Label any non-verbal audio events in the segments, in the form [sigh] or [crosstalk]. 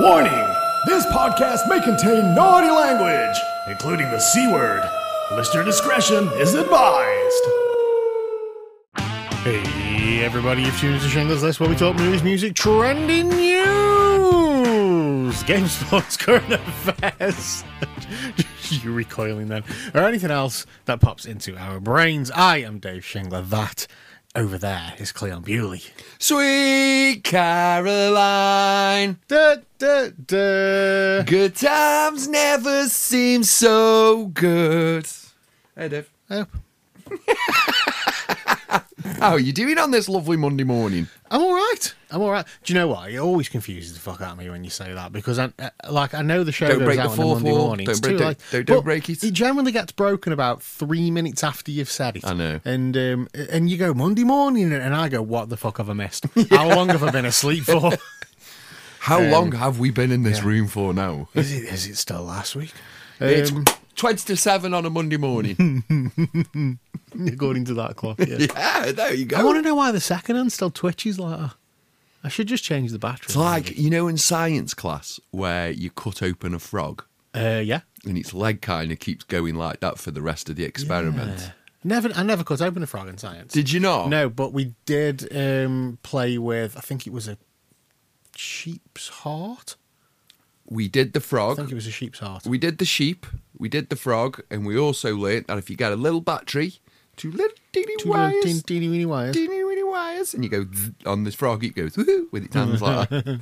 Warning! This podcast may contain naughty language, including the C word. Listener discretion is advised. Hey, everybody, you've tuned into Shameless List, where we talk movies, music, trending news, game sports, current affairs. [laughs] you recoiling then, or anything else that pops into our brains. I am Dave Shingler. That over there is Cleon Bewley. Sweet Caroline, Da, da, da. good times never seem so good. Hey Dave, Oh, how are you doing on this lovely Monday morning? I'm all right. I'm all right. Do you know what? It always confuses the fuck out of me when you say that because I uh, like I know the show Don't goes break out on the a fourth Monday wall. morning. Don't It's break- too don't- late. don't- don't But break it. It generally gets broken about three minutes after you've said it. I know. And um, and you go Monday morning, and I go, what the fuck have I missed? [laughs] How long have I been asleep [laughs] for? How long have we been in this room for now? is it is it still last week? it's [laughs] Um, twenty to seven on a Monday morning. according to that clock. Yeah. [laughs] yeah, there you go. [laughs] I want to know why the second hand still twitches like that. I should just change the battery. it's like you know in science class where you cut open a frog uh, yeah. and its leg kind of keeps going like that for the rest of the experiment. Yeah. Never, I never cut open a frog in science. Did you not? No, but we did um, play with. I think it was a sheep's heart. We did the I think frog. it was a sheep's heart. We did the sheep, we did the frog, and we also learnt that if you get a little battery, two little teeny Two little wires, teeny, teeny weeny wires. teeny weeny wires, and you go zzz, on this frog, it goes woohoo with its hands like [laughs] that.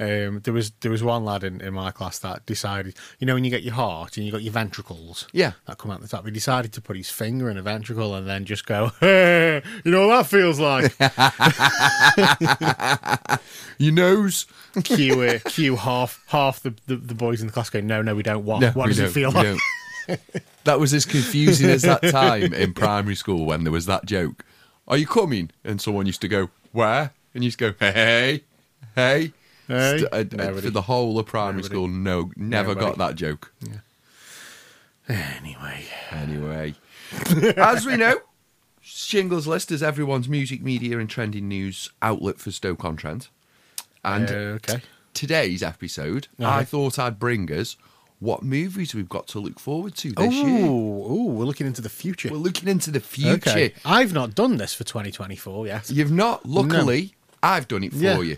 Um, there was there was one lad in, in my class that decided, you know, when you get your heart and you got your ventricles, Yeah. that come out the top. He decided to put his finger in a ventricle and then just go, [laughs] hey, you know what that feels [laughs] like? Your nose. cue uh, cue half half the, the, the boys in the class going, no, no, we don't. What? No, what we does it don't, feel we like? don't. that was as confusing [laughs] as that time in primary school when there was that joke. Are you coming? And someone used to go, Where? And you used to go, Hey, Hey. hey. St- and- and Nobody. for the whole of primary school, no, never Nobody. got that joke. Anyway, [laughs] Anyway, as we know, Shingles List is everyone's music, media, and trending news outlet for Stoke on Trent. And Uh, okay. today's episode, Uh-huh. I thought I'd bring us what movies we've got to look forward to Oh, this year. we're looking into the future. We're looking into the future. Okay. I've not done this for 2024 yet. You've not, luckily, I've done it for Yeah. you.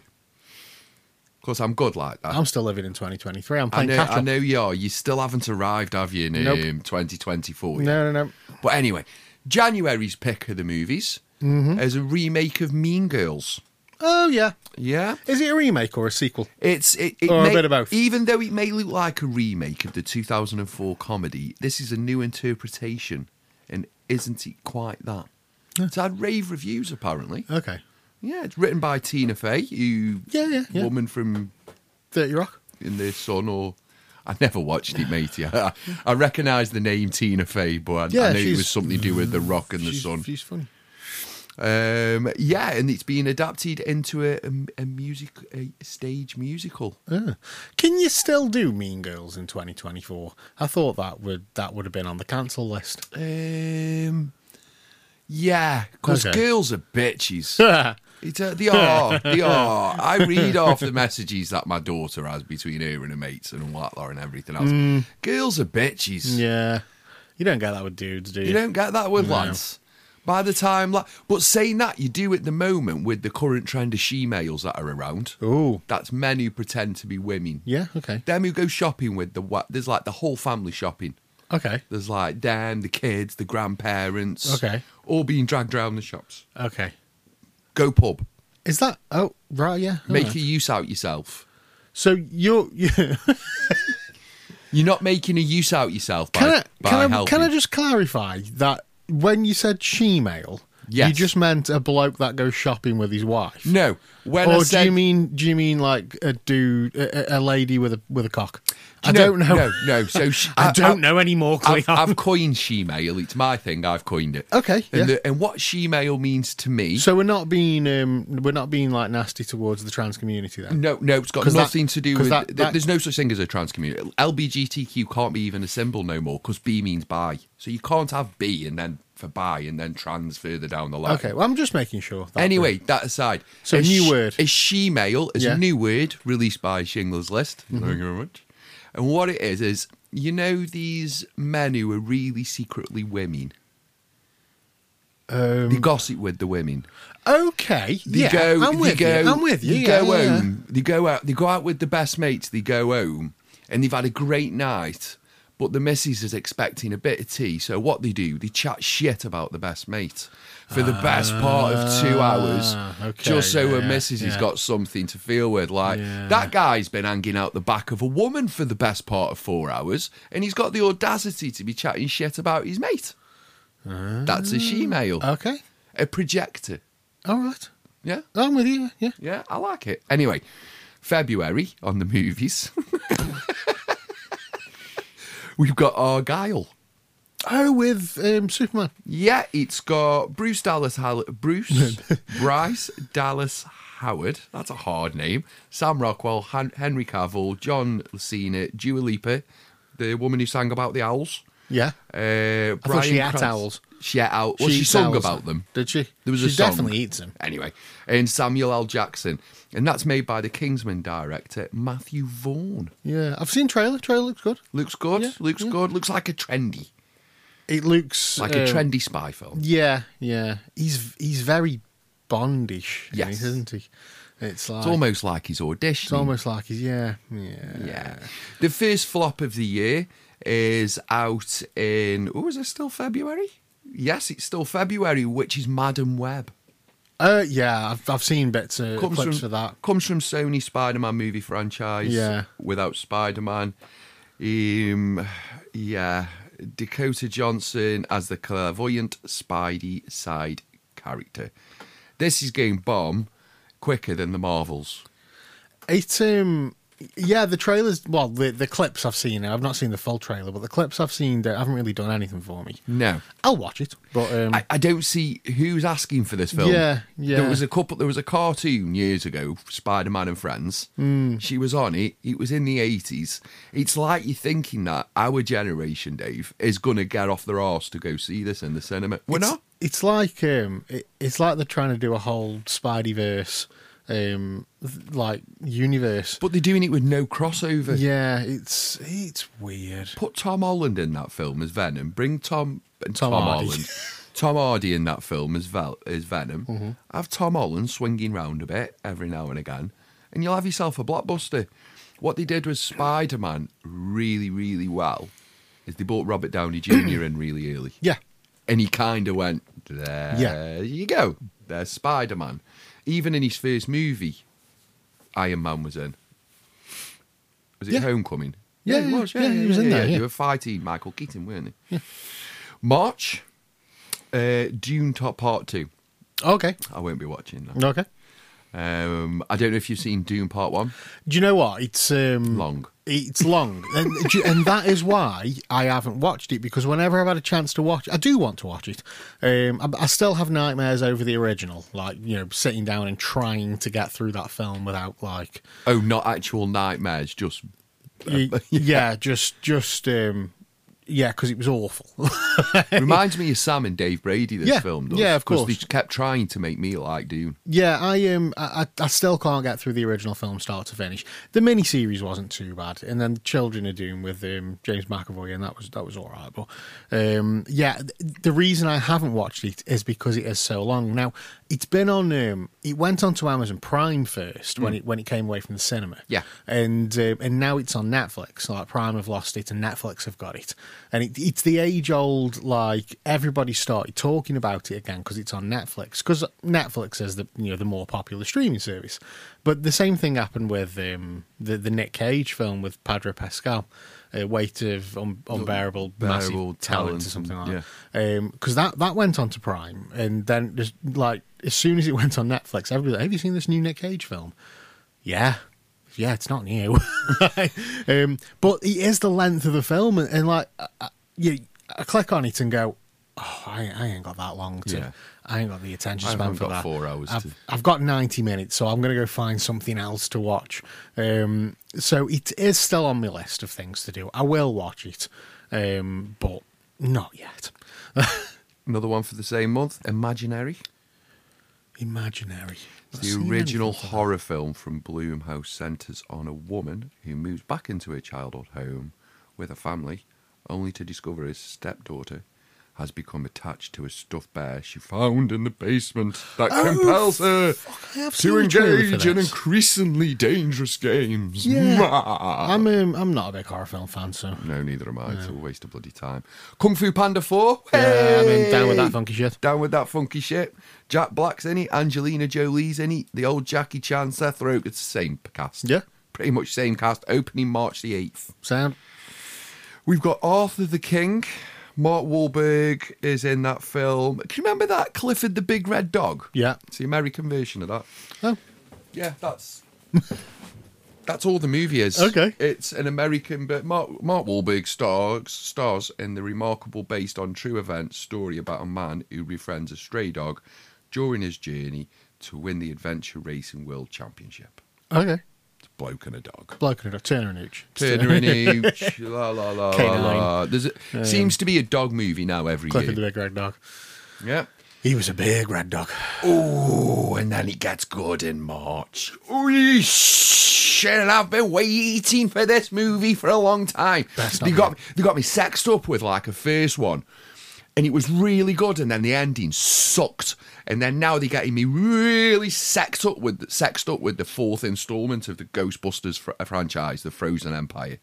Because I'm good like that. I'm still living in 2023. I'm I playing know, catch up. I know you are. You still haven't arrived, have you, in Nope. um, 2024? yet? No, no, no. But anyway, January's pick of the movies is a remake of Mean Girls. Oh, yeah. Yeah, Is it a remake or a sequel? it's it, it Or Oh, a may- bit of both. Even though it may look like a remake of the 2004 comedy, this is a new interpretation, and isn't it quite that? It's had rave reviews apparently. Okay. Yeah, it's written by Tina Fey, you Yeah, yeah, yeah. woman from 30 Rock? in the Sun or. I never watched it, matey. [laughs] I, I recognise the name Tina Fey, but I, Yeah, I knew it she's- was something to do with the Rock and the she's, Sun. She's funny. Um, yeah, and it's being adapted into a, a, a music a stage musical. Ah. Can you still do Mean Girls in 2024? I thought that would that would have been on the cancel list. Um, yeah, because Okay. girls are [laughs] bitches. yeah, It's, uh, they [laughs] are, they are. I read off the messages that my daughter has between her and her mates and all that lot and everything else. Mm. Girls are bitches. you don't get that with dudes, do you? You don't get that with No. lads. By the time, like, but saying that, you do at the moment with the current trend of she-males that are around. Ooh, That's men who pretend to be women. yeah, okay, Them who go shopping with the what? There's like the whole family shopping. okay, There's like Dan, the kids, the grandparents. Okay. All being dragged around the shops. okay. Go pub. Is that? Oh, right, yeah. Make alright. a use out yourself. so you're. [laughs] You're not making a use out yourself by, Can I, by can, I, helping. can I just clarify that when you said she male, you Yes. just meant a bloke that goes shopping with his wife? No. When I or said, do you mean do you mean like a dude, a, a- a lady with a with a cock? I don't know. No, no. [laughs] So she, I don't know anymore, Cleon. I've, I've coined shemale. It's my thing. I've coined it. Okay, And, yeah. the, and what shemale means to me. so we're not being um, we're not being like nasty towards the trans community then. no, no, it's got 'Cause that- nothing to do 'cause with. that- th- that- there's no such thing as a trans community. LBGTQ can't be even a symbol no more because B means bi. So you can't have B and then for bi and then trans further down the line. Okay, well I'm just making sure. That Anyway, that aside. So a new word. A shemale is Yeah. Mm-hmm. a new word released by Shingler's List. Thank you very much. And what it is is, you know, these men who are really secretly Um, women. They gossip with the women. okay, They yeah, go. I'm with they go, you. I'm with you. They yeah, go yeah. home. They go out. They go out with the best mates. They go home, and they've had a great night. But the missus is expecting a bit of tea. So what they do, they chat shit about the best mate for the best part of two hours, Ah, okay, just so yeah, her yeah, missus has yeah. got something to feel with. Like Yeah. that guy's been hanging out the back of a woman for the best part of four hours, and he's got the audacity to be chatting shit about his mate. Ah. That's a she-male, Okay, a projector. all right. Yeah. I'm with you. Yeah. Yeah, I like it. Anyway, February on the movies. [laughs] We've got Argyle. Oh, with um, Superman. Yeah, it's got Bruce Dallas [laughs] Howard. Bruce Bryce Dallas Howard. That's a hard name. Sam Rockwell, Han- Henry Cavill, John Cena, Dua Lipa, the woman who sang about the owls. Yeah. Uh, I thought she Bryan ate Cranston- owls. She ate owls. Well, she, sung sells about them. Did she? There was she a song. definitely eats them. Anyway, and Samuel L. Jackson, and that's made by the Kingsman director Matthew Vaughn. Yeah. I've seen trailer. Trailer looks good. Looks good. Yeah, looks yeah. good. Looks like a trendy, It looks like a um, trendy spy film. Yeah, yeah. He's he's very bondish, Yes. yes. isn't he? It's like It's almost like he's auditioning. it's almost like he's yeah, yeah. yeah. The first flop of the year is out in. Oh, is it still February? Yes, it's still February, which is Madam Web. Uh, yeah. I've I've seen bits of clips from for that. Comes from Sony Spider-Man movie franchise. Yeah. Without Spider-Man, um, yeah, Dakota Johnson as the clairvoyant Spidey side character. This is going bomb quicker than the Marvels. It um yeah the trailers well the the clips I've seen I've not seen the full trailer but the clips I've seen they haven't really done anything for me. No. I'll watch it, but um, I, I don't see who's asking for this film. Yeah, yeah. There was a couple. There was a cartoon years ago, Spider Man and Friends. Hmm. Mm. She was on it. It was in the eighties. It's like you're thinking that our generation, Dave, is gonna get off their arse to go see this in the cinema. We're it's, not. It's like um, it, it's like they're trying to do a whole Spidey verse, um, th- like universe. But they're doing it with no crossover. yeah, it's it's weird. Put Tom Holland in that film as Venom. Bring Tom Tom, Hardy. Holland. Tom Hardy in that film as Vel, as Venom. Have Tom Holland swinging round a bit every now and again, and you'll have yourself a blockbuster. What they did was Spider Man really, really well. Is they bought Robert Downey Jr. in really early, Yeah, and he kind of went there. Yeah. you go. There's Spider Man. Even in his first movie, Iron Man was in. Was it Yeah. Homecoming? Yeah, it yeah, yeah, he was in there, yeah. They were fighting Michael Keaton, weren't they? March, uh, Dune Top Part Two. okay, I won't be watching that. okay. Um, I don't know if you've seen Dune Part One. Do you know what? It's um, Long. It's [laughs] long, and, do you- and that is why I haven't watched it because whenever I've had a chance to watch, I do want to watch it. Um, I, I still have nightmares over the original, like you know, sitting down and trying to get through that film without like Oh, not actual [laughs] nightmares, just Y- yeah. just just um yeah because it was awful [laughs] reminds me of Sam and Dave Brady. This Yeah, film does. yeah, of 'cause They course. kept trying to make me like Dune. yeah i um I, I I still can't get through the original film start to finish the mini series wasn't too bad and then children of doom with um james mcavoy and that was that was all right but um yeah th- the reason i haven't watched it is because it is so long now it's been on um it went onto amazon prime first when it when it came away from the cinema Yeah. and um, and now it's on Netflix. Like Prime have lost it, and Netflix have got it. And it, it's the age old like everybody started talking about it again because it's on Netflix. Because Netflix is the you know the more popular streaming service. But the same thing happened with um, the the Nick Cage film with Padre Pascal, uh, weight of un- unbearable massive Unbearable talent, talent or something and- like that because that that went on to Prime, and then just like as soon as it went on Netflix, everybody was like, have you seen this new Nick Cage film? Yeah, yeah, it's not new. [laughs] um, but it is the length of the film, and, and like I, I- you, I click on it and go, oh, I, I ain't got that long to. Yeah. I ain't got the attention I span haven't for got that. four hours I've, to- I've got 90 minutes, so I'm going to go find something else to watch. Um, so it is still on my list of things to do. I will watch it, um, but not yet. Another one for the same month, Imaginary. Imaginary. Have I The seen original anything for that? horror film from Bloomhouse centres on a woman who moves back into her childhood home with a family, only to discover his stepdaughter has become attached to a stuffed bear she found in the basement that Oh, compels her I have seen to the trailer for engage in this. increasingly dangerous games. [laughs] Yeah. I'm um, I'm not a big horror film fan, so No, neither am I. It's a waste of bloody time. Kung Fu Panda 4. yeah, I mean, down with Hey! that funky shit. Down with that funky shit. Jack Black's in it. Angelina Jolie's in it. The old Jackie Chan, Seth Rogen. It's the same cast. Yeah. Pretty much same cast. Opening March the 8th. Sound We've got Arthur the King. Mark Wahlberg is in that film. Can you remember that? Clifford the Big Red Dog? Yeah. It's the American version of that. Oh, Yeah, that's... [laughs] That's all the movie is. Okay. It's an American, but Mark, Mark Wahlberg stars stars in the remarkable, based on true events, story about a man who befriends a stray dog during his journey to win the adventure racing world championship. okay. It's a bloke and a dog. Bloke and a Turner and Hooch. [laughs] Turner and Hooch, la la la la. Canine. Um, la. There's a, seems to be a dog movie now every Clifford the year. Big Red Dog. Yeah. He was a big red dog. Oh, and then it gets good in March. Holy shit! And I've been waiting for this movie for a long time. That's not they got me, they got me sexed up with like a first one, and it was really good. And then the ending sucked. And then now they're getting me really sexed up with sexed up with the fourth installment of the Ghostbusters fr- franchise, the Frozen Empire,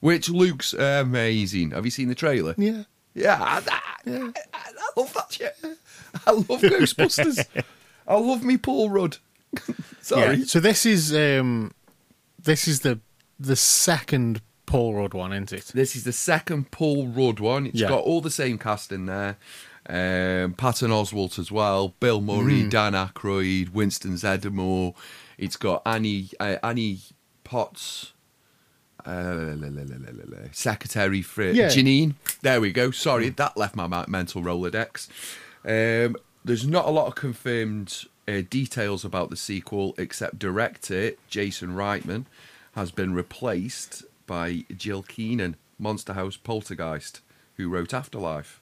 which looks amazing. Have you seen the trailer? Yeah. Yeah, I, I, I, I love that shit. I love [laughs] Ghostbusters. I love me Paul Rudd. [laughs] Sorry. Yeah. So this is um, this is the the second Paul Rudd one, isn't it? This is the second Paul Rudd one. It's Yeah. got all the same cast in there. Um, Patton Oswalt as well, Bill Murray, Dan Aykroyd, Winston Zeddemore. It's got Annie uh, Annie Potts, uh, la, la, la, la, la, la, secretary for Yeah. Janine. There we go. Sorry, that left my ma- mental Rolodex. Um, there's not a lot of confirmed uh, details about the sequel, except director Jason Reitman has been replaced by Jill Keenan, Monster House Poltergeist, who wrote Afterlife.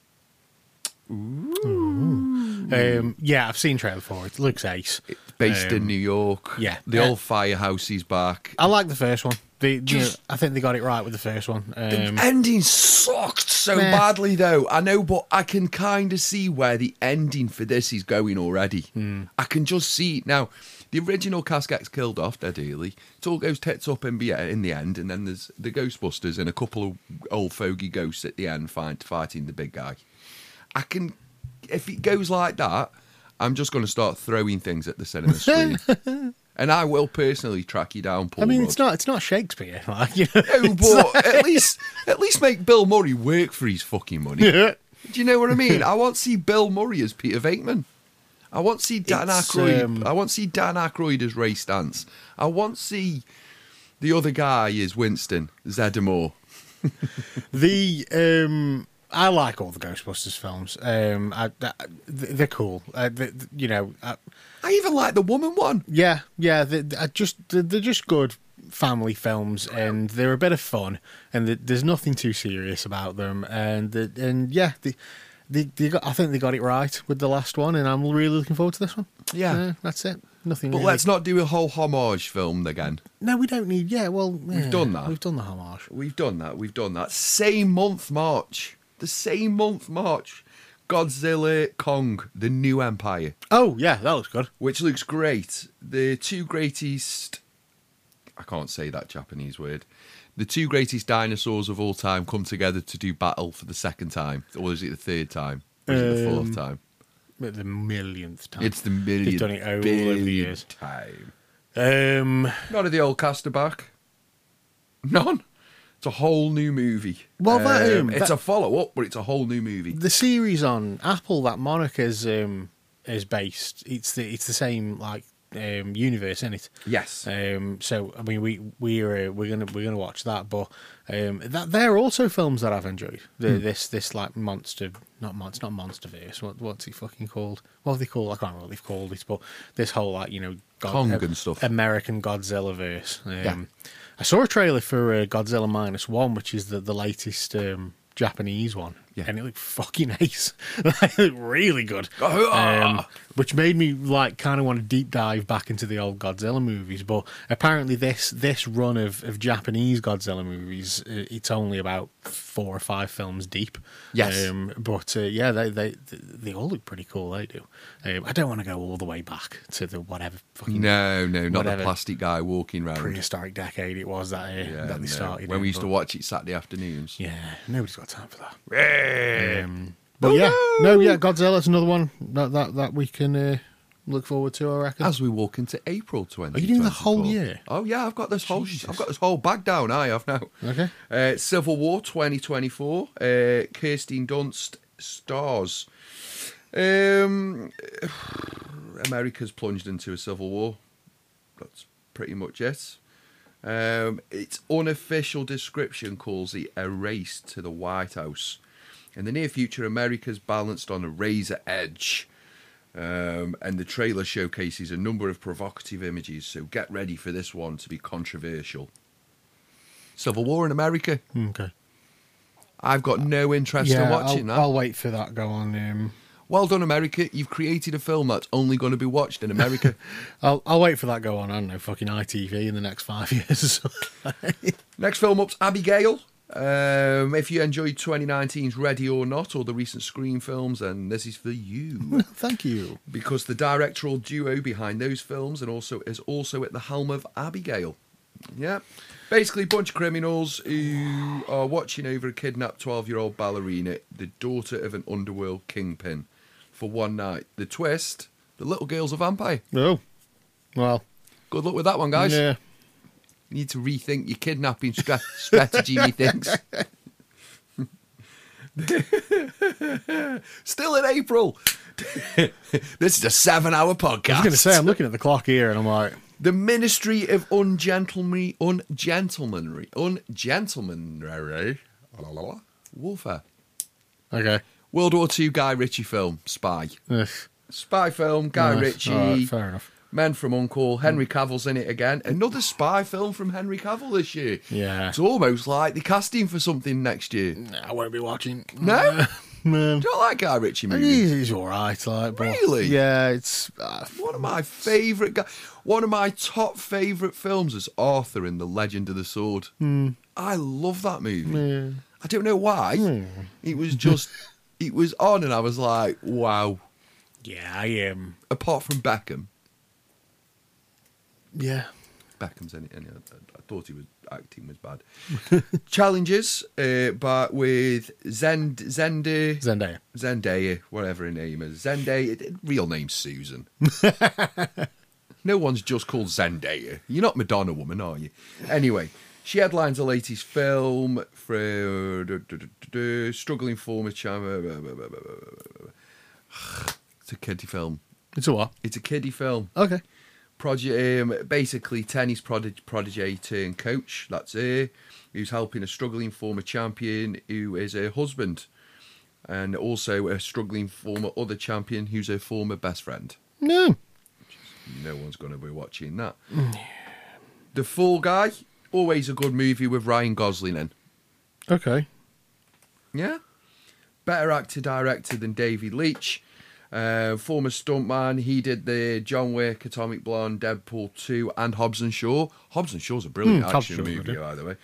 Um, yeah, I've seen trailer for it. Looks ace. Based in Um, New York. yeah. The Uh, old firehouse is back. I like the first one. The, you know, Just- I think they got it right with the first one. Um, the ending sucked so Meh. badly, though. I know, but I can kind of see where the ending for this is going already. I can just see it now. The original cast gets killed off, dead early. It all goes tits up in, the- in the end, and then there's the Ghostbusters and a couple of old fogey ghosts at the end fight, fighting the big guy. I can, if it goes like that, I'm just going to start throwing things at the cinema screen. [laughs] and I will personally track you down, Paul. I mean, Rudd. it's not it's not Shakespeare. [laughs] Like, you know, No, but at least at least make Bill Murray work for his fucking money. Yeah. Do you know what I mean? I want to see Bill Murray as Peter Venkman. I want to see Dan It's, Aykroyd. um, I want to see Dan Aykroyd as Ray Stance. I want to see the other guy is Winston Zeddemore. The um, I like all the Ghostbusters films. Um, I, I, they're cool. Uh, they, you know, uh, I, I even like the woman one. yeah, yeah. They, I just they're they're just good family films, and they're a bit of fun, and th there's nothing too serious about them, and the, and yeah, they, they, they got, I think they got it right with the last one, and I'm really looking forward to this one. Yeah. Uh, that's it. Nothing. But really. let's not do a whole homage film again. No, we don't need. Yeah, well, we've done that. We've done the homage. We've done that. We've done that. Same month, March. The same month, March. Godzilla, Kong, the new empire. Oh yeah, that looks good. which looks great. The two greatest. I can't say that Japanese word. The two greatest dinosaurs of all time come together to do battle for the second time. Or is it the third time? Or is it the Um, fourth time? But the millionth time. It's the 1000000th They've done it over the years. time. Um, None of the old cast are back. None. It's a whole new movie. Well, that, um, it's that- a follow up, but it's a whole new movie. the series on Apple that Monarch is um, is based. It's the it's the same like um, universe in it. Yes. Um, so I mean, we we're uh, we're gonna we're gonna watch that, but um, that they're also films that I've enjoyed. The, Hmm. This this like monster, not monster, not monsterverse. What what's it fucking called? What have they called? I can't remember what they've called it, but this whole like you know God, Kong and stuff. American Godzilla verse. Um, Yeah. I saw a trailer for uh, Godzilla minus one, which is the the latest um, Japanese one, Yeah. and it looked fucking [laughs] ace. it looked really good. Um, Ah. which made me like kind of want to deep dive back into the old Godzilla movies. But apparently, this this run of, of Japanese Godzilla movies, i- it's only about four or five films deep. Yes. Um, but uh, yeah, they, they they all look pretty cool. They do. Um, I don't want to go all the way back to the whatever fucking No, no, not Whatever. the plastic guy walking round. prehistoric decade it was that uh, Yeah, that they no. started when in, we used to but- watch it Saturday afternoons. Yeah, nobody's got time for that. Yeah. Um, but Oh, yeah, no. no! yeah, Godzilla's another one that that, that we can uh, look forward to. I reckon. As we walk into April 20. you doing the whole year? Oh yeah, I've got this whole Jesus. I've got this whole bag down. I have now. Okay. Uh, Civil War 2024. Uh, Kirsten Dunst stars. Um, America's plunged into a civil war. That's pretty much it. Um, its unofficial description calls it a race to the White House. In the near future, America's balanced on a razor edge. Um, and the trailer showcases a number of provocative images, so get ready for this one to be controversial. Civil War in America. Okay. I've got no interest in watching Hmm. I'll, that. I'll wait for that to go on. Um, Well done, America. You've created a film that's only going to be watched [laughs] in America. I'll I'll wait for that to go on. I don't know, fucking ITV in the next five [laughs] years. Next film up's Abigail. Um, if you enjoyed 2019's Ready or Not or the recent Scream films, then this is for you. Thank you. because the directorial duo behind those films and also is also at the helm of Abigail. Yeah. Basically, a bunch of criminals who are watching over a kidnapped 12 year old ballerina, the daughter of an underworld kingpin, for one night. The twist the little girl's a vampire. Oh, well, Good luck with that one, guys. yeah. You need to rethink your kidnapping stra- [laughs] strategy, methinks. [laughs] Still in April. [laughs] this is a seven hour podcast. I was going to say, I'm looking at the clock here, and I'm like, The Ministry of Ungentlemanly, Ungentlemanly, Ungentlemanly, la, la, la, Warfare. okay, World War II Guy Ritchie film, Spy. Ugh. Spy film, Guy Nice. Ritchie. All right, fair enough. Hmm. Men from Uncle, Henry Cavill's in it again. Another spy film from Henry Cavill this year. Yeah. It's almost like they're casting for something next year. Nah, I won't be watching. [laughs] No? man, Do you like Guy Ritchie movies? he's, he's all right. Like, but Really? Yeah, it's uh, One of my favourite guy one of my top favourite films is Arthur in The Legend of the Sword. I love that movie. I don't know why. It was just it was on and I was like, wow. yeah, I am. Apart from Beckham. yeah, Beckham's in it. And I, I thought he was acting was bad. Challenges, uh, but with Zend Zende Zendaya. Zendaya, whatever her name is. Zendaya, real name Susan. no one's just called Zendaya. You're not Madonna woman, are you? Anyway, she headlines the latest film for struggling former champion. [sighs] It's a kiddie film. It's a what? It's a kiddie film Okay. prodigy, um, basically tennis prodig- prodigy turned coach. That's her, who's helping a struggling former champion who is her husband, and also a struggling former other champion who's her former best friend. No. No one's going to be watching that. the Fall Guy, always a good movie with Ryan Gosling in. Okay. Yeah. Better actor director than David Leitch. Uh, former stuntman, he did the John Wick, Atomic Blonde, Deadpool 2, and Hobbs and Shaw. Hobbs and Shaw's a brilliant Hmm, Hobbs action and Shaw's movie, good. by the way.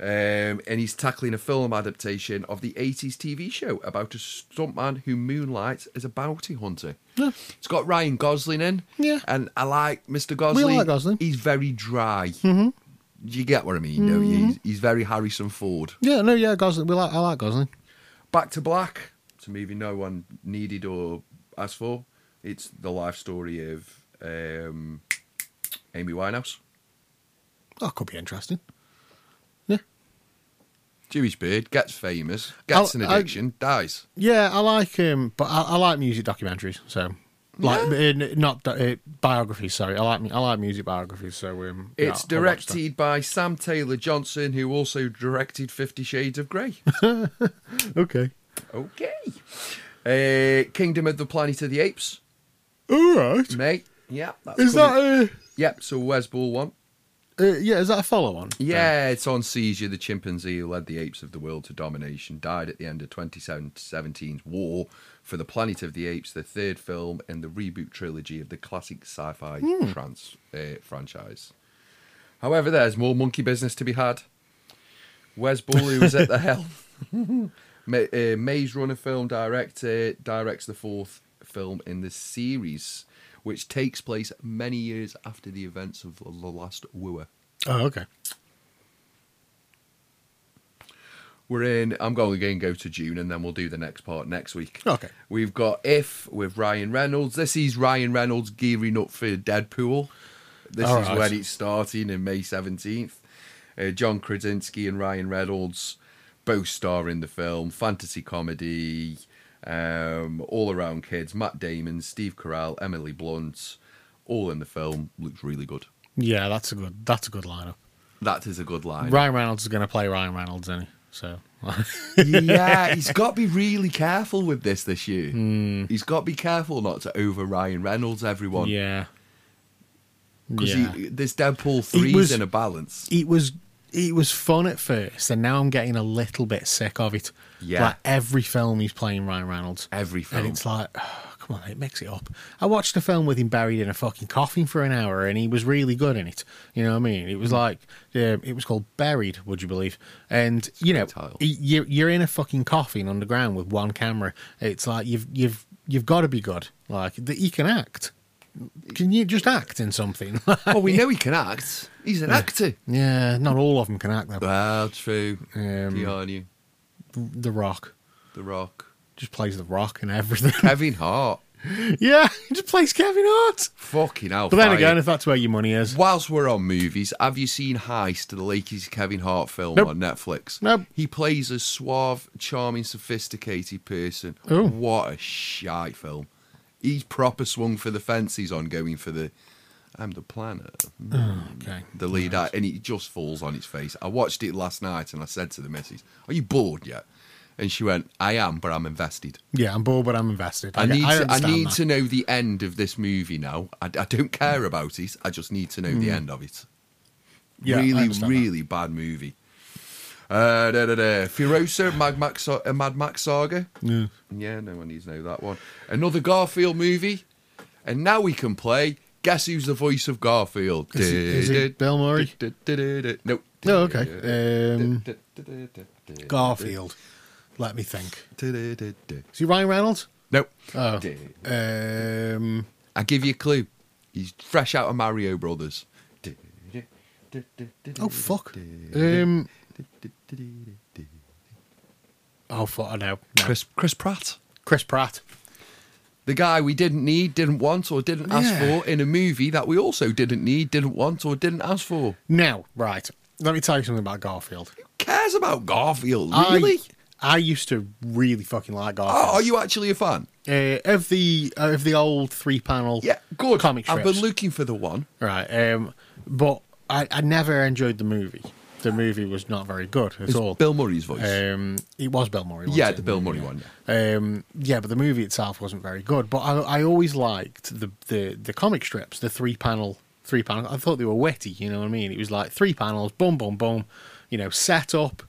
Um, and he's tackling a film adaptation of the 80s TV show about a stuntman who moonlights as a bounty hunter. Yeah. It's got Ryan Gosling in. Yeah. And I like Mr. Gosling. Gosling. He's very dry. Mm-hmm. You get what I mean, don't Mm-hmm. you? He's, he's very Harrison Ford. Yeah, no, yeah, Gosling. We like, I like Gosling. Back to Black. It's a movie no one needed or asked for. It's the life story of um, Amy Winehouse. That could be interesting. Jewish bird gets famous, gets I'll- an I- addiction, dies. Yeah, I like um, but I, I like music documentaries. So Like uh, not uh, biographies. Sorry, I like mu- I like music biographies. So um, yeah, It's I watched them. directed by Sam Taylor Johnson, who also directed Fifty Shades of [laughs] Grey. Okay. okay. Uh, Kingdom of the Planet of the Apes, All right. mate. Yeah. That's Is coming- that Yep, so Wes Ball one. a uh, yeah? Is that a follow on? Yeah, it's on Seizure, the chimpanzee who led the apes of the world to domination, died at the end of 2017's War for the Planet of the Apes, the third film in the reboot trilogy of the classic sci fi trans, uh, franchise. However, there's more monkey business to be had. Wes Ball, who was at the helm, [laughs] Ma- uh, Maze Runner film director, directs the fourth film in the series, which takes place many years after the events of The Last Wooer. Oh, okay. We're in. I'm going again. Go to June, and then we'll do the next part next week. Okay. We've got If with Ryan Reynolds. This is Ryan Reynolds gearing up for Deadpool. This All is right. when it's starting in May 17th. Uh, John Krasinski and Ryan Reynolds both star in the film. Fantasy comedy, um, all around kids. Matt Damon, Steve Carell, Emily Blunt, all in the film. Looks really good. Yeah, that's a good that's a good lineup. That is a good line. Ryan Reynolds is going to play Ryan Reynolds, isn't he? So [laughs] yeah, he's got to be really careful with this this year. He's got to be careful not to over Ryan Reynolds, everyone. Hmm. yeah, Because yeah. this Deadpool It 3 is was- in a balance. it was it was fun at first, and now I'm getting a little bit sick of it. Yeah. like every film he's playing Ryan Reynolds, Every and film. it's like, [sighs] oh, come on, it mix it up. I watched a film with him buried in a fucking coffin for an hour, and he was really good in it. You know what I mean? It was Hmm. like, um, it was called Buried. Would you believe? And you know, Great title. y- you're you're in a fucking coffin underground with one camera. It's like you've you've you've got to be good. Like that, he can act. Can you just act in something? [laughs] well, Oh, we know he can act. He's an actor. yeah, not all of them can act though. Well, true. Um, Keanu, The Rock The Rock, just plays The Rock and everything. [laughs] Kevin Hart. yeah, he just plays Kevin Hart. Fucking hell. But then Ryan. again, if that's where your money is, Whilst we're on movies, have you seen Heist, the latest Kevin Hart film Nope. on Netflix? Nope. He plays a suave, charming, sophisticated person. Ooh. What a shite film. He's proper swung for the fences on going for the I'm the planet. okay. The lead act, and it just falls on its face. I watched it last night and I said to the missus, Are you bored yet? And she went, I am, but I'm invested. Yeah, I'm bored, but I'm invested. I get- need, to, I understand need that. to know the end of this movie now. I, I don't care about it. I just need to know Mm. the end of it. Yeah, I really, understand that. really bad movie. Uh, da, da, da. Furiosa, Mad Max, uh, Mad Max Saga. Yeah. no one needs to know that one. Another Garfield movie. And now we can play Guess Who's the Voice of Garfield? Is it- is it Bill Murray? No. Oh, okay. Um, Garfield. Let me think. Is he Ryan Reynolds? No. Oh. Um, I give you a clue. He's fresh out of Mario Brothers. oh fuck. Um, oh fuck. I know. No. Chris, Chris Chris Pratt. Pratt. The guy we didn't need, didn't want, or didn't ask Yeah. for in a movie that we also didn't need, didn't want, or didn't ask for. Now, right. Let me tell you something about Garfield. Cares about Garfield, really? I, I used to really fucking like Garfield. Oh, are you actually a fan? Uh, of the of the old three panel Yeah, good. comic I've strips. been looking for the one. Right, um, but I, I never enjoyed the movie. The movie was not very good at It's all. Bill Murray's voice. um, it was Bill Murray. wasn't yeah, it? the Bill Murray one. Um, yeah, but the movie itself wasn't very good. But I, I always liked the, the, the comic strips, the three panel, three panel. I thought they were witty. You know what I mean? It was like three panels, boom, boom, boom. You know, set up,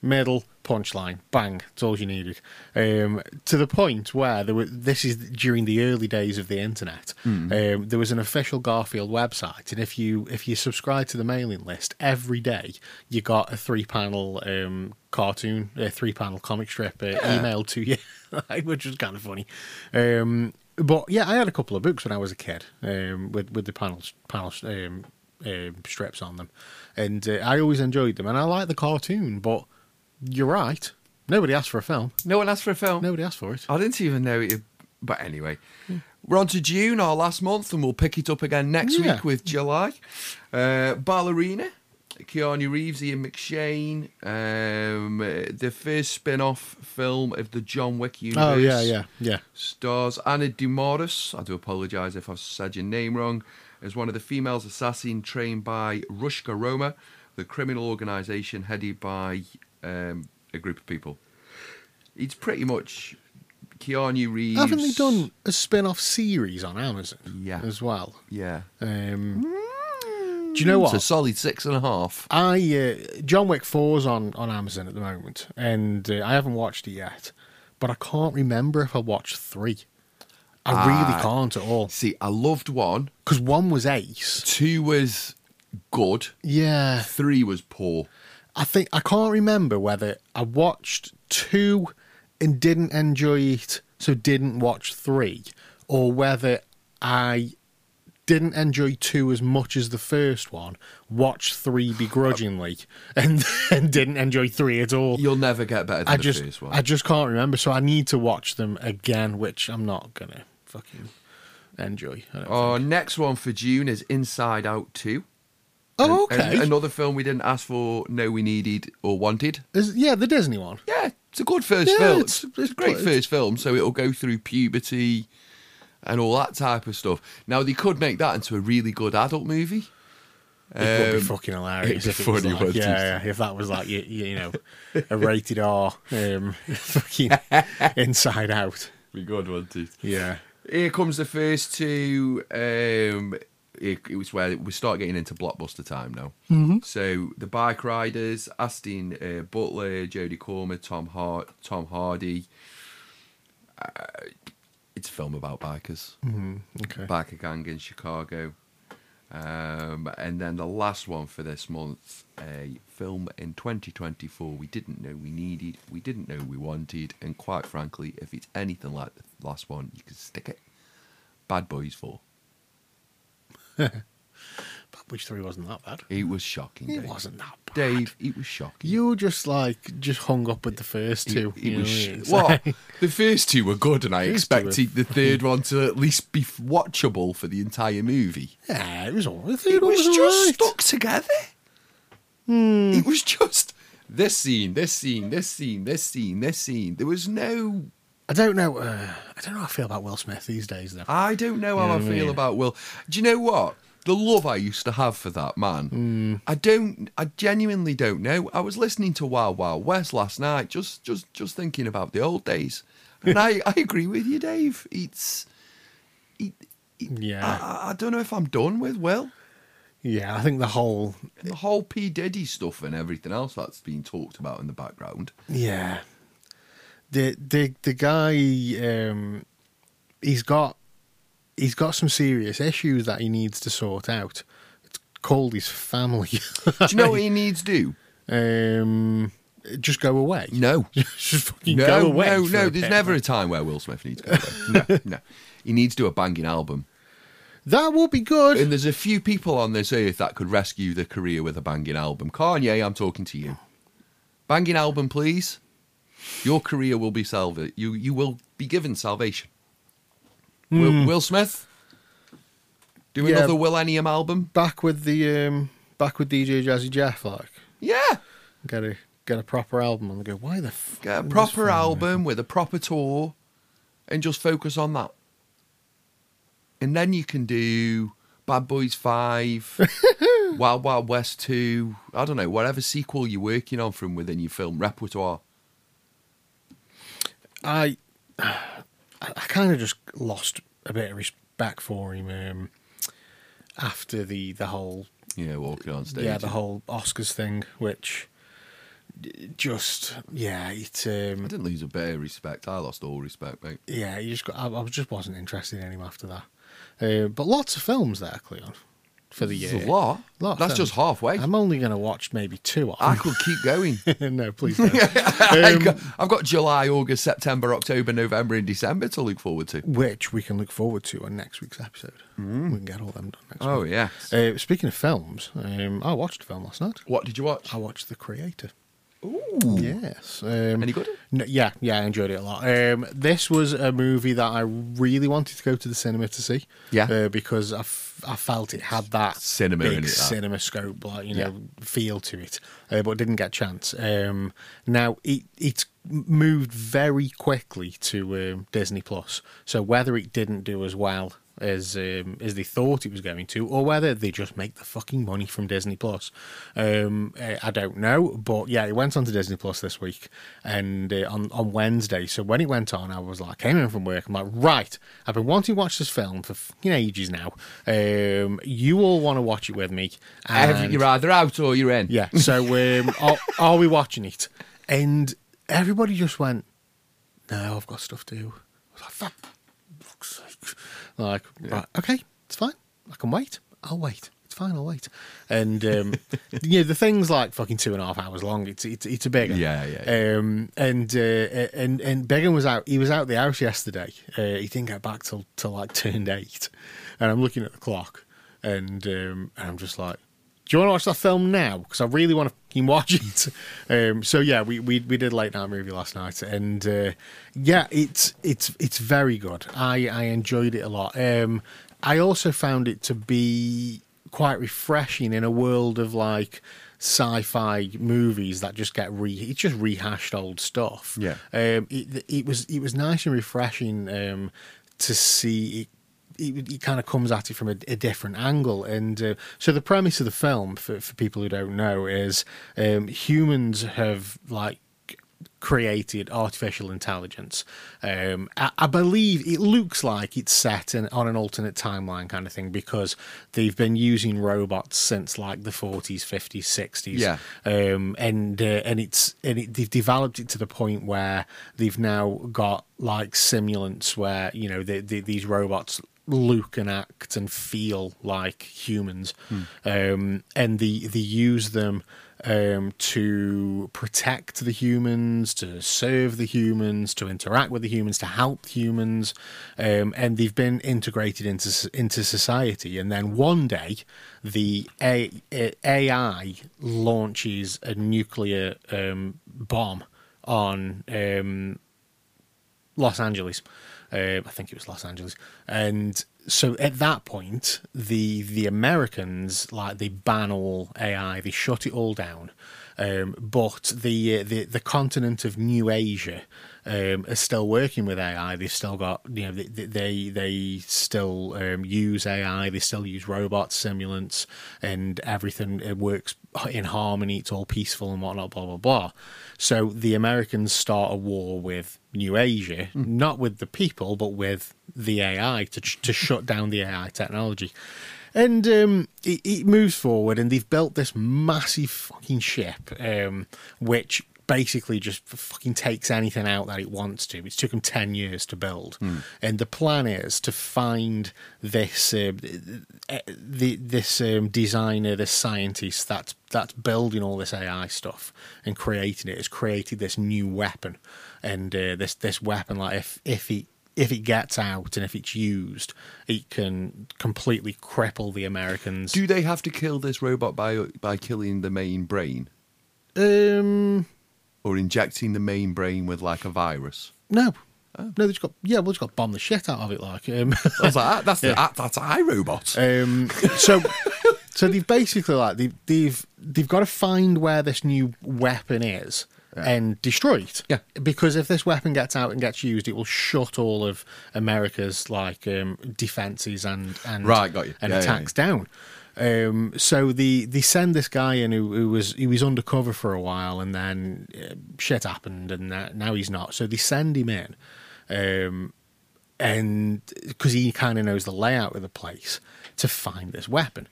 middle, punchline, bang. It's all you needed. Um, to the point where there were. This is during the early days of the internet. Um, there was an official Garfield website, and if you if you subscribe to the mailing list every day, you got a three panel um, cartoon, a three panel comic strip uh, emailed to you, [laughs] like, which was kind of funny. Um, but yeah, I had a couple of books when I was a kid um, with with the panels panel um, um, strips on them, and uh, I always enjoyed them, and I like the cartoon. But you're right, nobody asked for a film, No one asked for a film. nobody asked for it. I didn't even know it. But anyway, we're on to June, our last month, and we'll pick it up again next Yeah. week with July. Uh, Ballerina. Keanu Reeves, Ian McShane, um, uh, the first spin off film of the John Wick universe. Oh yeah, yeah, yeah. Stars Anna DeMoris, I do apologise if I've said your name wrong, as one of the females assassin trained by Rushka Roma, the criminal organisation headed by um, a group of people. It's pretty much Keanu Reeves. Haven't they done a spin-off series on Amazon? Yeah. as well. Yeah. Um, do you know what? It's a solid six and a half. I uh, John Wick 4's on on Amazon at the moment, and uh, I haven't watched it yet, but I can't remember if I watched three. I really Ah. can't at all See, I loved one. because one was ace. Two was good. Yeah, Three was poor. I think I can't remember whether I watched two and didn't enjoy it, so didn't watch three, or whether I didn't enjoy two as much as the first one, watched three begrudgingly, and, [laughs] and didn't enjoy three at all. You'll never get better than I the just first one. I just can't remember, so I need to watch them again, which I'm not gonna fucking enjoy. I don't Our next one for June is Inside Out 2. think. oh, An- okay. another film we didn't ask for, no, we needed or wanted. Is- yeah, the Disney one. Yeah, it's a good first Yeah, film. it's- It's, it's a great it's- first film, so it'll go through puberty and all that type of stuff. Now, they could make that into a really good adult movie. It would be Um, fucking hilarious it'd be if it was funny, like, wouldn't it? yeah, yeah, if that was like you, you you know a rated R um, [laughs] [laughs] fucking Inside Out. Be good, wouldn't it? Yeah, Here comes the first two. Um, it, it was where we start getting into blockbuster time now. Mm-hmm. So the bike riders, Aston uh, Butler, Jodie Comer, Tom Hart, Tom Hardy. Uh, it's a film about bikers, okay. biker gang in Chicago. Um, and then the last one for this month, a film in 2024 we didn't know we needed, we didn't know we wanted, and quite frankly, if it's anything like the last one, you can stick it. Bad Boys 4. But which three wasn't that bad? It was shocking. It Dave. wasn't that bad. Dave, it was shocking. You were just like just hung up with the first It- two. It, you know was what I sh- mean? It's well, like- the first two were good, and I First two were expected the third one to at least be f- watchable for the entire movie. [laughs] yeah, it was all. The third It one was Hmm. was just alright. stuck together. It was just this scene, this scene, this scene, this scene, this scene. There was no. I don't know. Uh, I don't know how I feel about Will Smith these days, though. I don't know how know I what I feel mean? about Will. Do you know what? The love I used to have for that man, I don't. I genuinely don't know. I was listening to Wild Wild West last night, just, just, just thinking about the old days, and I, I agree with you, Dave. It's, it, it- Yeah. I- I, I don't know if I'm done with Will. Uh, Yeah, I think the whole. the whole P Diddy stuff and everything else that's been talked about in the background. Yeah, the the the guy, um, he's got he's got some serious issues that he needs to sort out. It's called his family. Do [laughs] you know what he needs do? um, just go away. No, [laughs] just fucking no, go away. no, for no. a There's bit. never a time where Will Smith needs to go [laughs] away. No, no. He needs to do a banging album. That will be good. And there's a few people on this earth that could rescue their career with a banging album. Kanye, I'm talking to you. Banging album, please. Your career will be salvaged. You you will be given salvation. Hmm. Will, Will Smith, do Yeah. another Willennium album. back with the um, back with DJ Jazzy Jeff, like Yeah. get a get a proper album, and they go, why the f- Get a was proper fine, album with a proper tour and just focus on that. And then you can do Bad [laughs] Boys 5, Wild Wild West 2, I don't know, whatever sequel you're working on from within your film repertoire. I [sighs] I, I kind of just lost a bit of respect for him um, after the the whole Yeah, walking on stage. yeah the whole Oscars thing, which d- just yeah it I um, didn't lose a bit of respect. I lost all respect, mate. yeah you just got, I, I just wasn't interested in him after that. Uh, but lots of films there, Cleon, for the year. It's a lot. Lot of That's films. just halfway. I'm only going to watch maybe two. I Of could keep [laughs] going. them. no, [laughs] please don't. Um, I've, got, I've got July, August, September, October, November, and December to look forward to. Which we can look forward to on next week's episode. We can get all them done next Mm. Oh, week. yeah. Uh, speaking of films, um, I watched a film last night. What did you watch? I watched The Creator. Ooh. Yes. Um, Any good? N- yeah, yeah, I enjoyed it a lot. Um, this was a movie that I really wanted to go to the cinema to see. Yeah. uh, because I, f- I felt it had that Cinema big in it, that. cinema scope, like you know, feel to it, uh, but didn't get a chance. Um, now it it's moved very quickly to um, Disney Plus, so whether it didn't do as well. As um, as they thought it was going to, or whether they just make the fucking money from Disney Plus, um, eh, I don't know. But yeah, it went on to Disney Plus this week and uh, on on Wednesday. So when it went on, I was like, came in from work. I'm like, right, I've been wanting to watch this film for fucking ages now. Um, you all want to watch it with me. Every, and- you're either out or you're in. yeah. So [laughs] um, are, are we watching it? And everybody just went, "No, I've got stuff to do." I was like, "Fuck, fuck's sake!" Like, right, okay, it's fine. I can wait. I'll wait. It's fine. I'll wait. And um, [laughs] yeah, the thing's like fucking two and a half hours long. It's it's, it's a big Yeah, yeah, yeah. um, and uh, and and Began was out. He was out the house yesterday. Uh, he didn't get back till till like turned eight. And I'm looking at the clock, and um, and I'm just like, "Do you want to watch that film now? Because I really want to fucking watch it." [laughs] Um, so yeah, we, we we did late night movie last night, and uh, yeah, it's it's it's very good. I I enjoyed it a lot. Um, I also found it to be quite refreshing in a world of like sci-fi movies that just get re it's just rehashed old stuff Yeah. um it, it was it was nice and refreshing um to see it it, it kind of comes at it from a, a different angle, and uh, so the premise of the film, for, for people who don't know, is um, humans have like created artificial intelligence. Um, I, I believe it looks like it's set in, on an alternate timeline kind of thing because they've been using robots since like the 40s, 50s, 60s. Yeah. Um, and uh, and it's and it, they've developed it to the point where they've now got like simulants where you know they, they, these robots look and act and feel like humans, um, and they they use them um, to protect the humans, to serve the humans, to interact with the humans, to help humans, um, and they've been integrated into into society. And then one day, the A- A- AI launches a nuclear um, bomb on um, Los Angeles. Um, I think it was Los Angeles. And so at that point, the the Americans like they ban all AI, they shut it all down. Um, but the, uh, the the continent of New Asia um, are still working with AI. They've still got you know they they they still um, use AI. They still use robots, simulants, and everything. It works in harmony. It's all peaceful and whatnot. Blah blah blah. So the Americans start a war with New Asia, not with the people, but with the AI to to shut down the AI technology. And um, it, it moves forward, and they've built this massive fucking ship, um, which basically just f- fucking takes anything out that it wants to. It took them 10 years to build. And the plan is to find this um, eh, the, this um, designer, this scientist that's, that's building all this AI stuff and creating it, has created this new weapon. And uh, this, this weapon, like if, if it if it gets out and if it's used, it can completely cripple the Americans. Do they have to kill this robot by by killing the main brain um, or injecting the main brain with like a virus? no, no, they've got yeah, well, they've got bomb the shit out of it, like um, [laughs] I was like, ah, that's the, ah, that's iRobot. Um, so, so they've basically like they've they've they've got to find where this new weapon is and destroy it. Yeah. Because if this weapon gets out and gets used, it will shut all of America's like um, defenses and and Right, got you. and Yeah, yeah, attacks down. Um, so the they send this guy in who, who was he was undercover for a while, and then uh, shit happened, and that, now he's not. So they send him in, um, and because he kind of knows the layout of the place to find this weapon.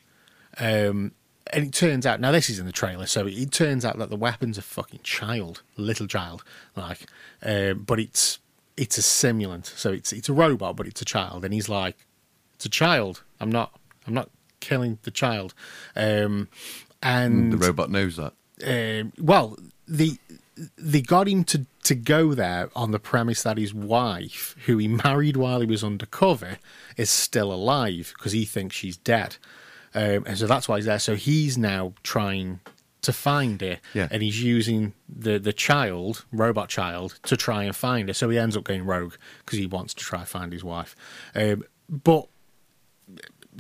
Um, and it turns out now this is in the trailer, so it, it turns out that the weapon's a fucking child, little child, like, um, but it's it's a simulant, so it's it's a robot, but it's a child, and he's like, it's a child. I'm not I'm not killing the child, um, and the robot knows that. um, well, the they got him to to go there on the premise that his wife, who he married while he was undercover, is still alive because he thinks she's dead, um, and so that's why he's there. So he's now trying to find her, Yeah. and he's using the the child, robot child, to try and find her. So he ends up going rogue because he wants to try and find his wife. Um, but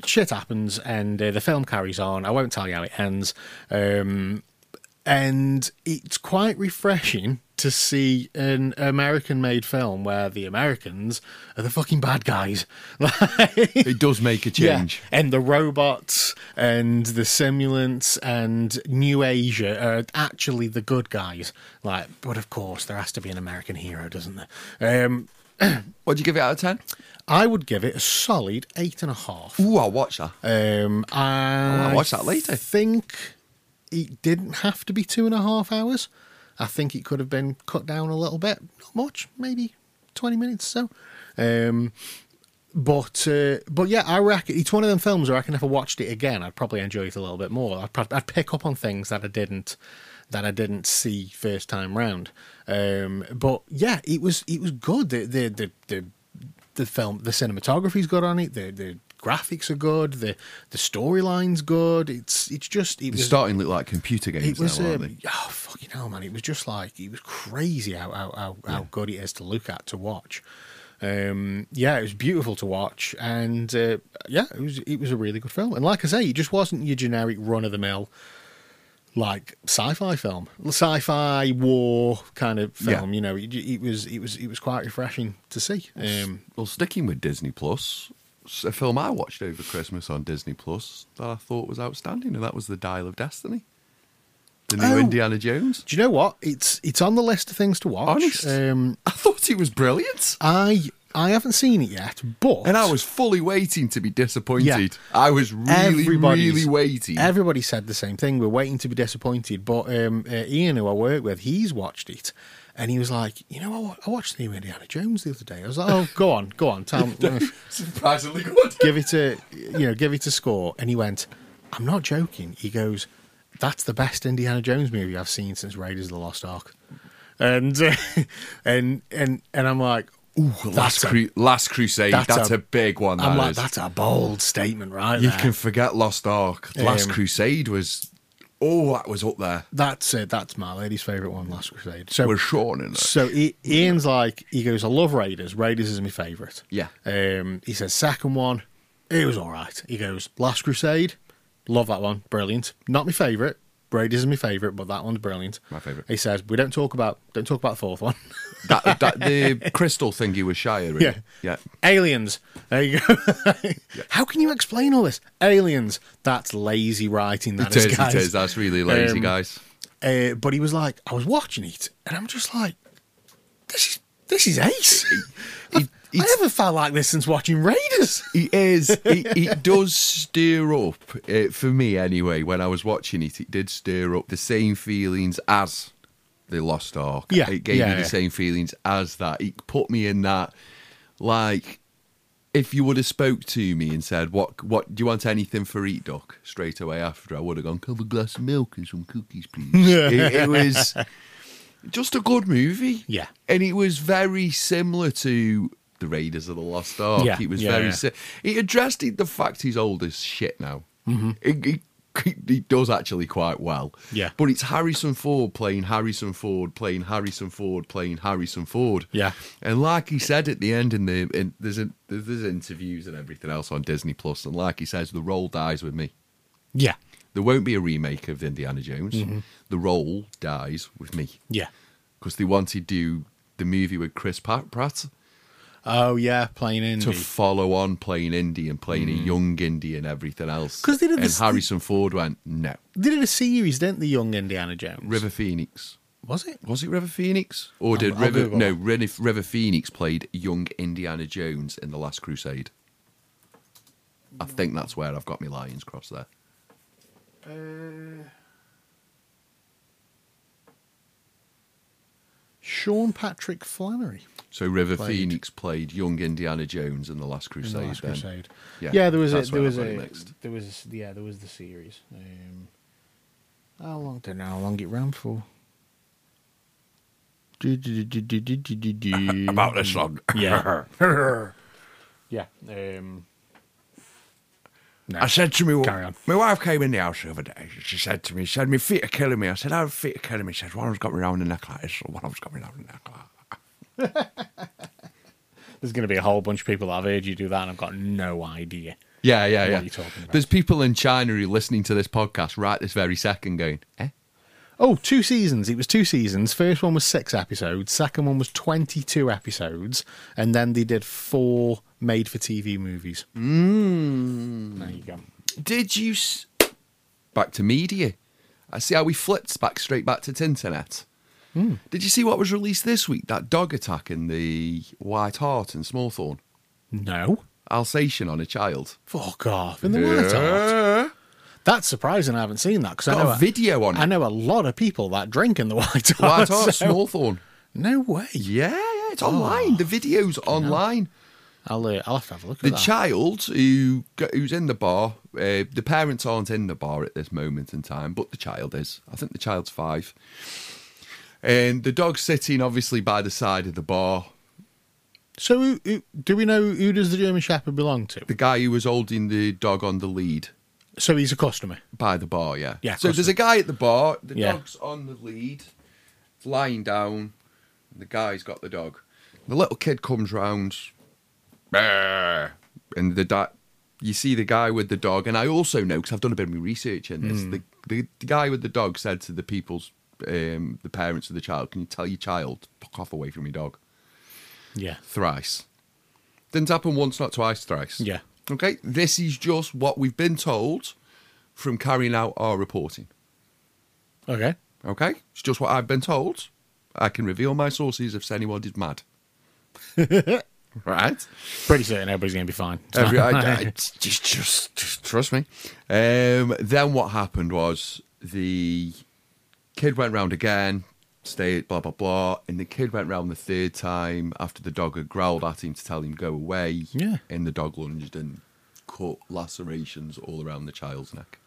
shit happens, and uh, the film carries on. I won't tell you how it ends. Um, and it's quite refreshing to see an American-made film where the Americans are the fucking bad guys. [laughs] Like- It does make a change. yeah. And the robots and the simulants and New Asia are actually the good guys. Like, but of course, there has to be an American hero, doesn't there? Um, What do you give it out of ten? I would give it a solid eight and a half. Ooh, I'll watch that. Um, I I'll watch that later. Think it didn't have to be two and a half hours. I think it could have been cut down a little bit, not much, maybe twenty minutes or so. Um, but uh, but yeah, I reckon it's one of them films where I can if I watched it again, I'd probably enjoy it a little bit more. I'd, prob- I'd pick up on things that I didn't that I didn't see first time round. Um, but yeah, it was it was good. The the the the, the film, the cinematography's good on it. The the graphics are good. The the storyline's good. It's it's just it They're was starting to look like computer games it was now, aren't um, they? oh fucking hell, man! It was just like it was crazy how how how, how good it is to look at to watch. Um, yeah, it was beautiful to watch, and uh, yeah, it was it was a really good film. And like I say, it just wasn't your generic run of the mill like sci-fi film, sci-fi war kind of Yeah. film. You know, it, it was it was it was quite refreshing to see. Um, Well, sticking with Disney Plus, s- a film I watched over Christmas on Disney Plus that I thought was outstanding, and that was The Dial of Destiny, the new Oh. Indiana Jones. do you know what? It's it's on the list of things to watch. Honest. Um, [laughs] I thought it was brilliant, I I haven't seen it yet, but and I was fully waiting to be disappointed. Yeah. I was really, Everybody's- really waiting. Everybody said the same thing. We're waiting to be disappointed. But um, uh, Ian, who I work with, he's watched it. And he was like, you know, I, wa- I watched the new Indiana Jones the other day. I was like, oh, go on, go on, [laughs] tell me, Surprisingly good. give it a, you know, give it a score. And he went, I'm not joking. He goes, that's the best Indiana Jones movie I've seen since Raiders of the Lost Ark. And uh, and and and I'm like, ooh, [laughs] Last, that's a- Cru- Last Crusade. That's, that's a, a- big one. I'm that like, is. that's a bold statement, right? You there. can forget Lost Ark. Last Um, Crusade was. Oh, that was up there. that's it. That's my lady's favorite one, Last Crusade. So We're Sean in it. So I- Ian's like, he goes, I love Raiders. Raiders is my favourite. Yeah. Um, he says, second one, it was all right. He goes, Last Crusade, love that one, brilliant. Not my favourite. Raiders is my favourite, but that one's brilliant. My favourite. He says, we don't talk about don't talk about the fourth one. [laughs] That, that the crystal thingy was Shire. [laughs] In. Yeah. yeah. Aliens. There you go. [laughs] How can you explain all this? Aliens. That's lazy writing. That It is, is. It guys. is. That's really lazy, Um, guys. Uh, but he was like, I was watching it, and I'm just like, this is this is ace. I've- [laughs] I it's- haven't felt like this since watching Raiders. It is. It, it does stir up uh, for me anyway. When I was watching it, it did stir up the same feelings as the Lost Ark. Yeah, it gave yeah, me the yeah. same feelings as that. It put me in that like. If you would have spoke to me and said, "What, what do you want anything for eat, Doc?" straight away after, I would have gone, "Cover glass of milk and some [laughs] cookies, please." it, it was just a good movie. Yeah. and it was very similar to the Raiders of the Lost Ark. Yeah, It was yeah, very. yeah. si- he addressed it- the fact he's old as shit now. He, he- he does actually quite well. Yeah. But it's Harrison Ford playing Harrison Ford playing Harrison Ford playing Harrison Ford. Yeah. And like he said at the end, in the in, there's a, there's interviews and everything else on Disney Plus, and like he says, the role dies with me. Yeah, There won't be a remake of Indiana Jones. Mm-hmm. The role dies with me yeah. because they want to do the movie with Chris Pat- Pratt Oh yeah, playing to indie. follow on playing indie and playing a young indie and everything else. Mm. 'Cause they did and this- Harrison Ford went no. they did a series, didn't the Young Indiana Jones? River Phoenix was it? was it River Phoenix or did I'll River Google no Ren- River Phoenix played young Indiana Jones in the Last Crusade? I think that's where I've got my lions crossed there. Sean Patrick Flannery. So River Played. Phoenix played young Indiana Jones in the Last in Crusade. the Last then. Crusade. Yeah, Yeah, there was a, that's there where was I a got it next. there was a s- yeah there was the series. Um, how long? Don't know how long it ran for. [laughs] About this [laughs] one. Yeah. yeah. Um, No. I said to me, Carry on. my wife came in the house the other day. She said to me, she said, my feet are killing me. I said, how feet are killing me? She said, one of them's got me round the neck like this, and one of them's got me round the neck like that. There's going to be a whole bunch of people that have heard you do that, and I've got no idea. Yeah, yeah, What yeah. are you talking about? There's people in China who are listening to this podcast right this very second going, eh? Oh, two seasons. It was two seasons. First one was six episodes. Second one was 22 episodes. And then they did four made for TV movies. Mm. There you go. Did you. S- back to media. I see how we flipped back straight back to Tinternet. Hmm. Did you see what was released this week? That dog attack in the White Hart and Smallthorn. No. Alsatian on a child. Fuck off. In the White Hart. Yeah. That's surprising I haven't seen that because I Got know a video on I it. know a lot of people that drink in the [laughs] White Hart. White Hart, so- Smallthorn. No way. Yeah, yeah, Oh. it's online. The video's online. I'll, uh, I'll have to have a look The at that. child who go- who's in the bar, uh, the parents aren't in the bar at this moment in time, but the child is. I think the child's five, and the dog's sitting obviously by the side of the bar. so, who, who, do we know who does the German Shepherd belong to? The guy who was holding the dog on the lead So he's a customer. by the bar, yeah. Yeah, of So course there's a guy at the bar. The Yeah. dog's on the lead, it's lying down. And the guy's got the dog. The little kid comes round. "Brr," And the da- you see the guy with the dog. And I also know because I've done a bit of my research in Hmm. this. The, the the guy with the dog said to the people's um, the parents of the child, "Can you tell your child fuck off away from your dog?" Yeah. thrice. Didn't happen once, not twice, thrice. Yeah. Okay. This is just what we've been told from carrying out our reporting. Okay. Okay. It's just what I've been told. I can reveal my sources if anyone is mad. right. Pretty certain everybody's going to be fine. Every, I, I- just, just, just trust me. Um, then what happened was the kid went round again, stayed, blah, blah, blah. And the kid went round the third time after the dog had growled at him to tell him go away. Yeah. And the dog lunged and cut lacerations all around the child's neck.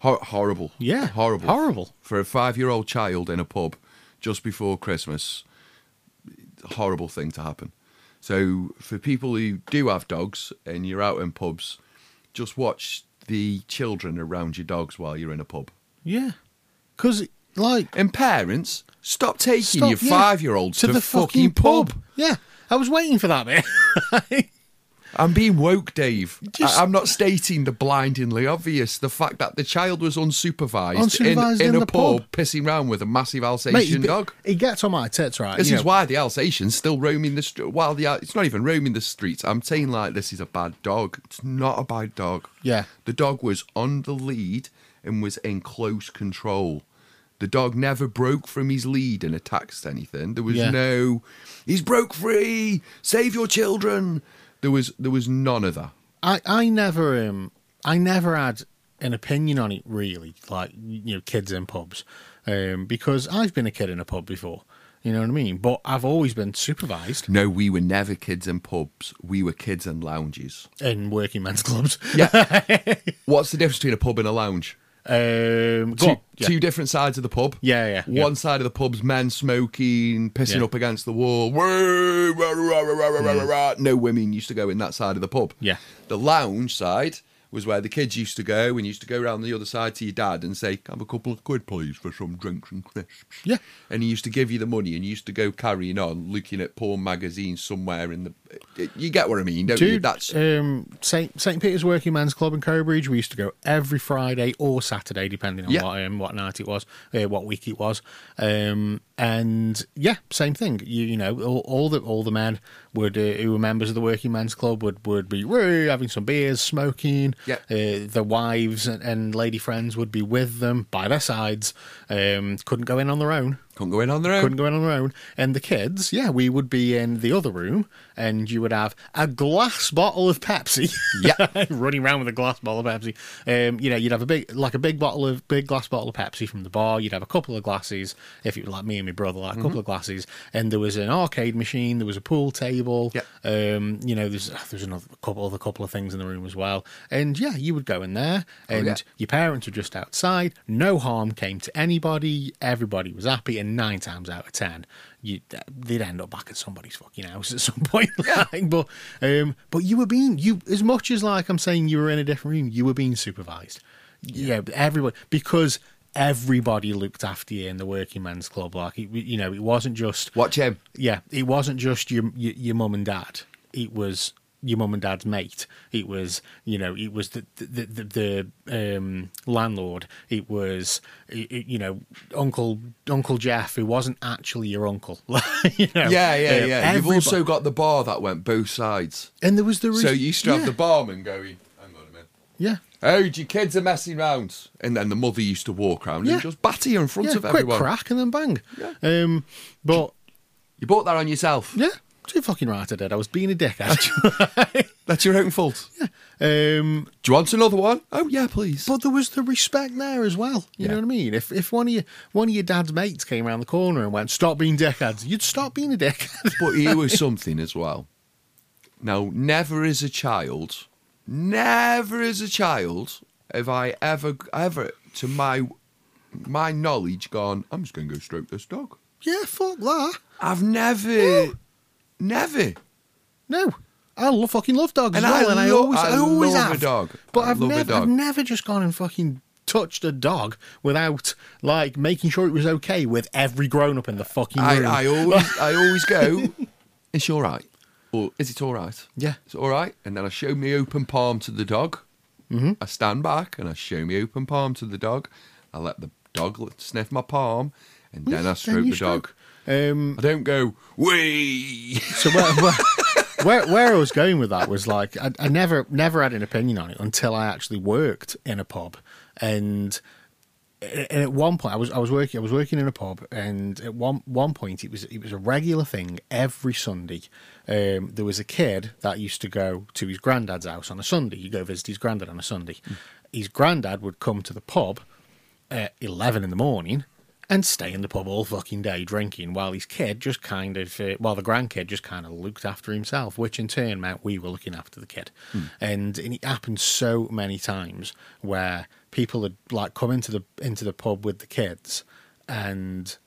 Hor- horrible. Yeah, Horrible. horrible. For a five year old child in a pub just before Christmas, horrible thing to happen. So, for people who do have dogs and you're out in pubs, just watch the children around your dogs while you're in a pub. yeah. Because, like, And parents, stop taking Stop, your yeah. five year olds to, the fucking, pub. Yeah, I was waiting for that [laughs] bit. I'm being woke, Dave. Just- I- am not stating the blindingly obvious. The fact that the child was unsupervised, Unsupervised in, in a the pub, pub. pissing round with a massive Alsatian Mate, he- dog. He gets on my tits, right? This Uh, you is know. why the Alsatian's still roaming the street. While the Al- it's not even roaming the streets. I'm saying like this is a bad dog. It's not a bad dog. Yeah. The dog was on the lead and was in close control. The dog never broke from his lead and attacked anything. There was Yeah. no, he's broke free. Save your children. There was there was none of that. I, I never, um, I never had an opinion on it really, like you know, kids in pubs, um, because I've been a kid in a pub before. You know what I mean? But I've always been supervised No, we were never kids in pubs. We were kids [laughs] in lounges. in working men's clubs. Yeah. What's the difference between a pub and a lounge? Um, go two, on. Yeah. two different sides of the pub. Yeah, yeah, yeah. One side of the pub's men smoking, pissing Yeah. Mm. up against the wall. Woo, rah, rah, rah, rah, rah, rah, rah. No women used to go in that side of the pub. Yeah. The lounge side was where the kids used to go and you used to go round the other side to your dad and say, Have a couple of quid, please, for some drinks and crisps. Yeah. And he used to give you the money and you used to go carrying on, looking at porn magazines somewhere in the. You get what I mean, don't you? Dude, That's. um, Saint Saint Peter's Working Men's Club in Cowbridge. We used to go every Friday or Saturday, depending on Yeah. what um, what night it was, uh, what week it was. Um, and yeah, same thing. You you know, all, all the all the men would uh, who were members of the Working Men's Club would would be "Woo," having some beers, smoking. Yeah. Uh, the wives and, and lady friends would be with them by their sides. Um, couldn't go in on their own Couldn't go in on their own. couldn't go in on our own. And the kids, yeah, we would be in the other room, and you would have a glass bottle of Pepsi. [laughs] Yeah. [laughs] running around with a glass bottle of Pepsi. Um, you know, you'd have a big, like a big bottle of big glass bottle of Pepsi from the bar. You'd have a couple of glasses, if it was like me and my brother, like a Mm-hmm. couple of glasses. And there was an arcade machine. There was a pool table. Yeah. Um, you know, there's there's another couple other couple of things in the room as well. And yeah, you would go in there, and yeah. your parents were just outside. No harm came to anybody. Everybody was happy, and nine times out of ten, you they'd end up back at somebody's fucking house at some [laughs] point. like, but um, but you were being you as much as like I'm saying you were in a different room, you were being supervised. Yeah, but everybody because everybody looked after you in the working men's club. Like it, you know, it wasn't just Watch him. yeah, it wasn't just your your, your mum and dad. It was your mum and dad's mate. It was you know it was the the the, the um, landlord. It was y- y- you know Uncle Uncle Jeff, who wasn't actually your uncle. [laughs] you know, Yeah, yeah, uh, yeah. You've everybody- also got the bar that went both sides. and there was the So reason- you used to have yeah, the barman going, hang on a minute. yeah. Oh, your kids are messing round. And then the mother used to walk round Yeah. and just batter you in front Yeah, of quick everyone. crack and then bang. Yeah. Um, but You bought that on yourself. yeah, too fucking right I did. I was being a dickhead. [laughs] That's your own fault. um, Do you want another one? Oh, yeah, please. But there was the respect there as well. You know Yeah. what I mean? If if one of your one of your dad's mates came around the corner and went, "Stop being dickheads," you'd stop being a dickhead. [laughs] but here was something as well. Now, never as a child, never as a child have I ever, ever, to my my knowledge, gone, I'm just going to go stroke this dog. yeah, fuck that. I've never, never. No, I love fucking love dogs And as well, I and I lo- always I, I always love a have. dog. But I have love a never dog. I've never just gone and fucking touched a dog without like making sure it was okay with every grown up in the fucking I, room. I always, I always [laughs] go. It's all right, or is it all right? Yeah. it's all right. And then I show my open palm to the dog. I stand back and I show my open palm to the dog. I let the dog l- sniff my palm, and then I stroke you the dog. stroke. Um, I don't go wee. So where, where, where where I was going with that was like I, I never never had an opinion on it until I actually worked in a pub, and, and at one point I was I was working I was working in a pub, and at one one point it was it was a regular thing every Sunday. Um, there was a kid that used to go to his granddad's house on a Sunday. You go visit his granddad on a Sunday. His granddad would come to the pub at uh, eleven in the morning and stay in the pub all fucking day drinking while his kid just kind of, uh, while the grandkid just kind of looked after himself, which in turn meant we were looking after the kid. And, and it happened so many times where people had like come into the into the pub with the kids and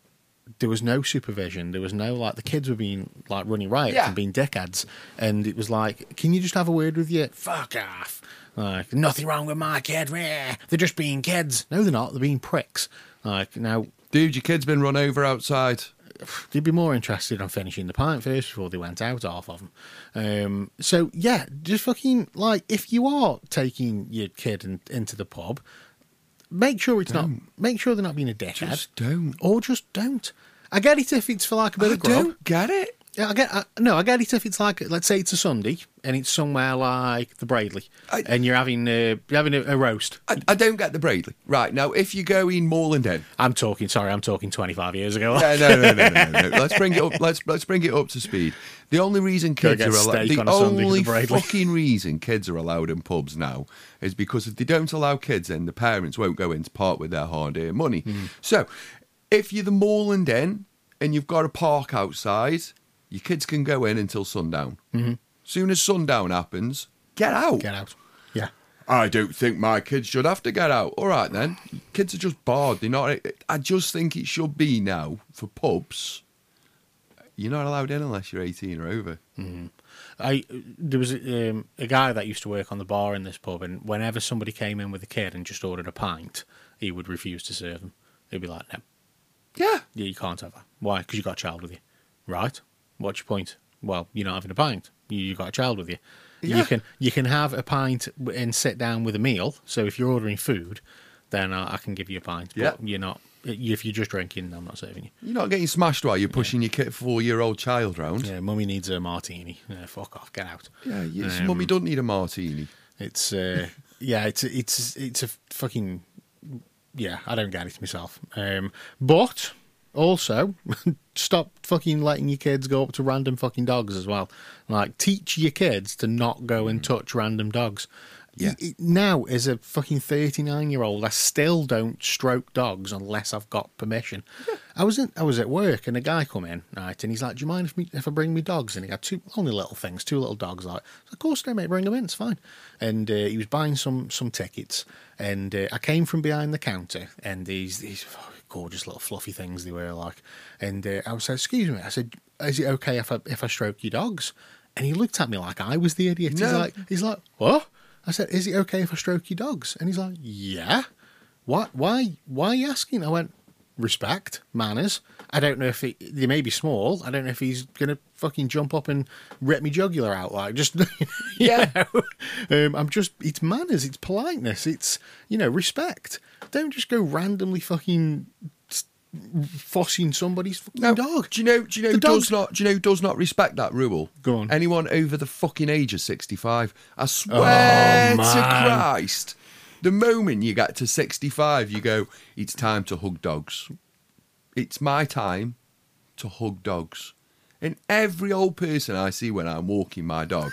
there was no supervision. There was no like the kids were being like running riots Yeah. and being dickheads, and it was like, can you just have a word with you? Fuck off! Like nothing wrong with my kid. meh. They're just being kids. No, they're not. They're being pricks. Like now, [laughs] Dude, your kid's been run over outside. they'd be more interested on finishing the pint first before they went out. Half of them. Um, so yeah, just fucking like if you are taking your kid in, into the pub, make sure it's not. Make sure they're not being a dickhead. Just don't. or just don't. I get it if it's for like a bit I of grub. don't get it. Yeah, I get. I, no, I get it if it's like, let's say it's a Sunday and it's somewhere like the Bradley, I- and you're having uh, you're having a, a roast. I, I don't get the Bradley. Right now, if you go in Moreland End, I'm talking. Sorry, I'm talking 25 years ago. [laughs] Yeah, no, no, no, no, no, no. Let's bring it up. Let's let's bring it up to speed. The only reason kids get are allowed, steak the on a Sunday for only the Bradley. fucking reason kids are allowed in pubs now is because if they don't allow kids in, the parents won't go in to part with their hard-earned money. Hmm. So, if you're the Moorland Inn and you've got a park outside, your kids can go in until sundown. Soon as sundown happens, get [laughs] Mm-hmm. out. Get out. Yeah. I don't think my kids should have to get out. All right then, kids are just bored. They're not. I just think it should be now for pubs. You're not allowed in unless you're 18 or over. I there was um, a guy that used to work on the bar in this pub, and whenever somebody came in with a kid and just ordered a pint, he would refuse to serve them. He'd be like, "No, Yeah, yeah, you can't have that. Why? Because you got a child with you, right? What's your point? Well, you're not having a pint. You, you got a child with you. You Yeah. can you can have a pint w- and sit down with a meal. So if you're ordering food, then I, I can give you a pint. But Yeah. you're not. If you're just drinking, I'm not serving you. you're not getting smashed while you're pushing your kid four-year-old child round. Yeah, Yeah, mummy needs a martini. Yeah, fuck off. Get out. your Um, mummy don't need a martini. It's uh, yeah, it's it's it's a fucking yeah. I don't get it myself. Um, but also, [laughs] stop fucking letting your kids go up to random fucking dogs as well. Like, teach your kids to not go and touch random dogs. Yeah. Y- y- Now, as a fucking thirty-nine-year-old, I still don't stroke dogs unless I've got permission. I was in, I was at work, and a guy come in, right, and he's like, "Do you mind if me if I bring me dogs?" And he had two only little things, two little dogs. Like, of course, they mate, bring them in, it's fine. And uh, he was buying some some tickets, and uh, I came from behind the counter, and he's he's gorgeous little fluffy things they were like. And uh, I was like, "Excuse me," I said, "Is it okay if I if I stroke your dogs?" And he looked at me like I was the idiot. He's No. like, he's like, "What?" I said, "Is it okay if I stroke your dogs?" And he's like, "Yeah." What? Why? Why are you asking? I went, "Respect, manners." I don't know if he, they may be small. I don't know if he's gonna fucking jump up and rip me jugular out like just. [laughs] Yeah. um, I'm just, it's manners, it's politeness, it's, you know, respect. Don't just go randomly fucking s- fussing somebody's fucking No, dog. Do you know? Do you know? The who dog- Does not. Do you know? who Does not respect that rule. Go on. Oh, Anyone over the fucking age of sixty-five. I swear man. to Christ, the moment you get to sixty-five, you go. It's time to hug dogs. It's my time to hug dogs. And every old person I see when I'm walking my [laughs] dog,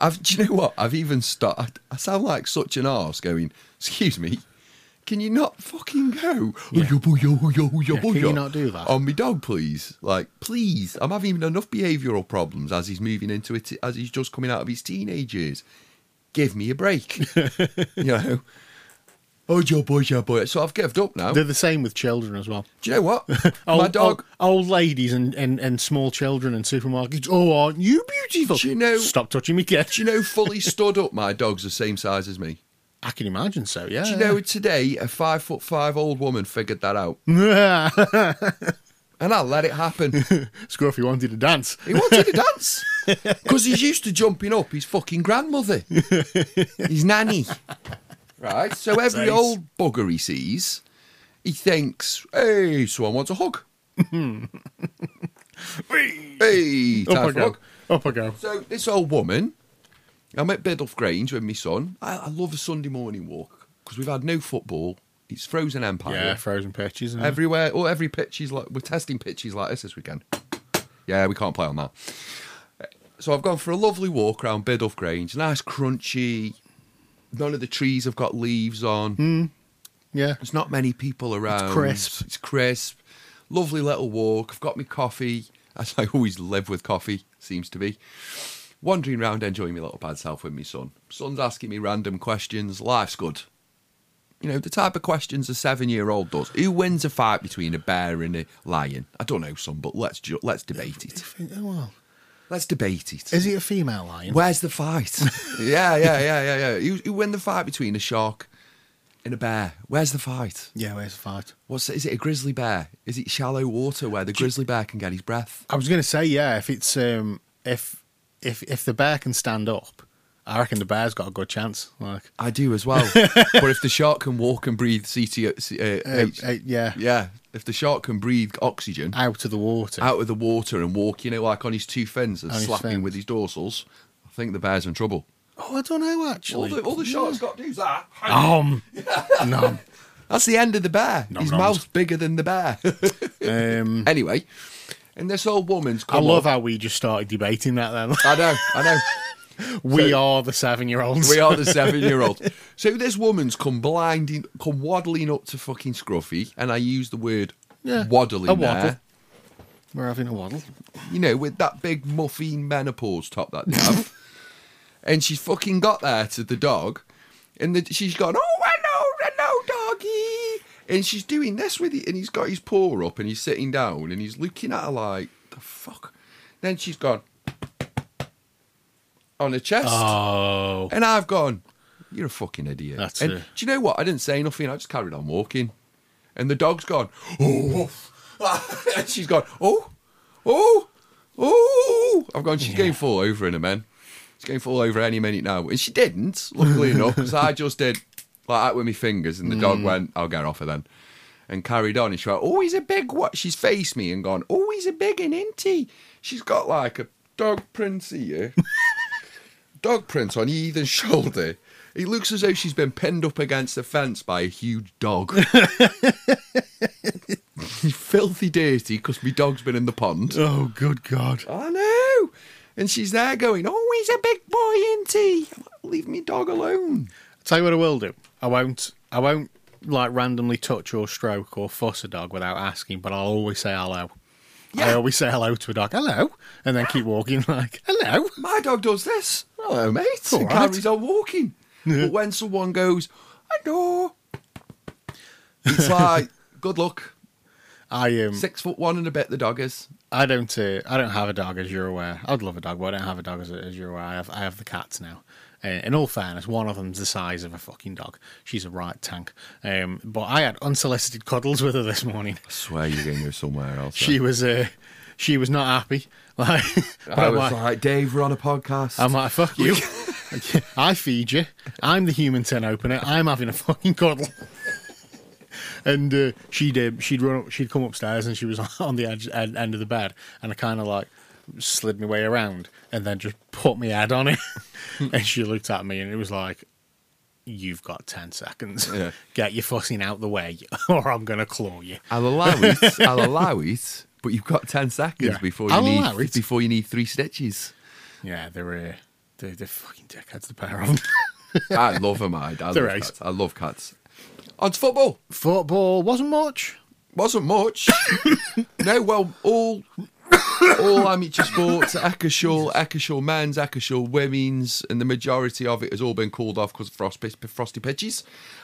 I've, do you know what? I've even started. I sound like such an arse going, excuse me, can you not fucking go? Yo, yo, yo, yo, yo, Yeah, can you yo, not do that? On me dog, please. Like, please. I'm having enough behavioural problems as he's moving into it, as he's just coming out of his teenage years. Give me [laughs] a break. you know? Oh, yo, boy, yo, boy. So I've given up now. They're the same with children as well. do you [laughs] know what? Old, My dog. Oh, old, old ladies and, and, and small children in supermarkets. Oh, aren't you beautiful? Do you know- Stop touching me, kid. Do you know, fully stood up, my dog's the same size as me. I can imagine so. Yeah. Do you know, today, a five foot five old woman figured that out. And I let it [laughs] happen. Scruffy wanted to dance. He wanted to dance. Because he's used to jumping up his fucking grandmother, his nanny. Right? So every Nice. old bugger he sees, he thinks, hey, someone wants a hug. hey, Up I time for a go. hug. Up I go. So this old woman, I'm at Biddulph Grange with my son. I, I love a Sunday morning walk because we've had no football. It's frozen empire. Yeah, frozen pitches. And Everywhere, or every pitch is like we're testing pitches like this this weekend. Yeah, we can't play on that. So I've gone for a lovely walk around Biddulph Grange. Nice, crunchy. None of the trees have got leaves on. yeah. There's not many people around. crisp. It's crisp. Lovely little walk. I've got my coffee, as I always live with coffee, seems to be. Wandering round, enjoying my little bad self with my son. Son's asking me random questions. Life's good. You know, the type of questions a seven year old does. Who wins a fight between a bear and a lion? I don't know, son, but let's, ju- let's debate it. Oh, well. Let's debate it. Is he a female lion? Where's the fight? [laughs] yeah, yeah, yeah, yeah, yeah. Who, who win the fight between a shark and a bear? Where's the fight? yeah, where's the fight? What's is it? A grizzly bear? Is it shallow water where the grizzly bear can get his breath? I was going to say, yeah, if it's um, if if if the bear can stand up, I reckon the bear's got a good chance. Like, I do [laughs] as well. but if the shark can walk and breathe CTO, C- uh, uh, H- uh, yeah, Ah. yeah, if the shark can breathe oxygen out of the water. out of the water and walk, you know, like on his two fins and On his slapping fins. with his dorsals, I think the bear's in trouble. Oh, I don't know actually. All the, all the shark's got to do is that. Um, no. That's the end of the bear. Nom his noms. mouth's bigger than the bear. [laughs] Um, anyway, and this old woman's I come love up. how we just started debating that. Then [laughs] I know, I know. we are the seven-year-olds. [laughs] We are the seven year old. So this woman's come blinding, come waddling up to fucking Scruffy, and I use the word Yeah, waddling a waddle. there. We're having a waddle. You know, with that big muffin menopause top that they [laughs] have. and she's fucking got there to the dog, and the, she's gone, oh, hello, hello, doggy. And she's doing this with it, and he's got his paw up, and he's sitting down, and he's looking at her like, the fuck. Then she's gone on her chest. Oh, And I've gone, you're a fucking idiot. That's and it. do you know what? I didn't say nothing. I just carried on walking. And the dog's gone, oh. [laughs] and she's gone, oh, oh, oh. I've gone, she's going to fall over in a minute. She's going to fall over any minute now. And she didn't, luckily enough, because I just did like that with my fingers. And the Mm. dog went, I'll get off her then. And carried on. And she went, oh, he's a big what? She's faced me and gone, oh, he's a big and inty. She's got like a dog prince here dog print on either [laughs] shoulder. It looks as though she's been pinned up against a fence by a huge [laughs] dog. You filthy dirty, because my dog's been in the pond. oh, good God! I know. And she's there going, oh, he's a big boy, isn't he? I'm like, Leave me dog alone. Tell you what I will do. I won't. I won't like randomly touch or stroke or fuss a dog without asking, but I'll always say hello. I Yeah. always say hello to a dog, hello, and then keep walking [laughs] like hello. My dog does this. Hello, mate. all And right. carries on [laughs] walking. but when someone goes, hello, it's like, Good luck. I um, Six foot one and a bit. The dog is. I don't uh, I don't have a dog as you're aware. I'd love a dog, but I don't have a dog as, as you're aware. I have I have the cats now. Uh, in all fairness, one of them's the size of a fucking dog. She's a right tank. Um, but I had unsolicited cuddles with her this morning. I swear you're going to go somewhere else. She then. was uh, she was not happy. [laughs] Like, but I I'm like- was like, Dave, we're on a podcast. I'm like, fuck you. [laughs] I feed you. I'm the human tin opener. I'm having a fucking cuddle. [laughs] and uh, she'd um, she'd run up, she'd come upstairs, and she was [laughs] on the edge, end, end of the bed, and I kind of like slid my way around, and then just put my head on it, [laughs] and she looked at me, and it was like. You've got ten seconds. Yeah. [laughs] Get your fussing out the way, [laughs] or I'm gonna claw you. I'll allow it. I'll allow it. But you've got ten seconds Yeah. before you I'll need allow it. before you need three stitches. Yeah, they're uh, they're, they're fucking dickheads. The pair of [laughs] them. I love them. I, I They're love ace. cats. I love cats. Odds football Football wasn't much. wasn't much. no, well, all all amateur sports, Akershall, Akershall men's, Akershall women's, and the majority of it has all been called off because of frost, frosty pitches,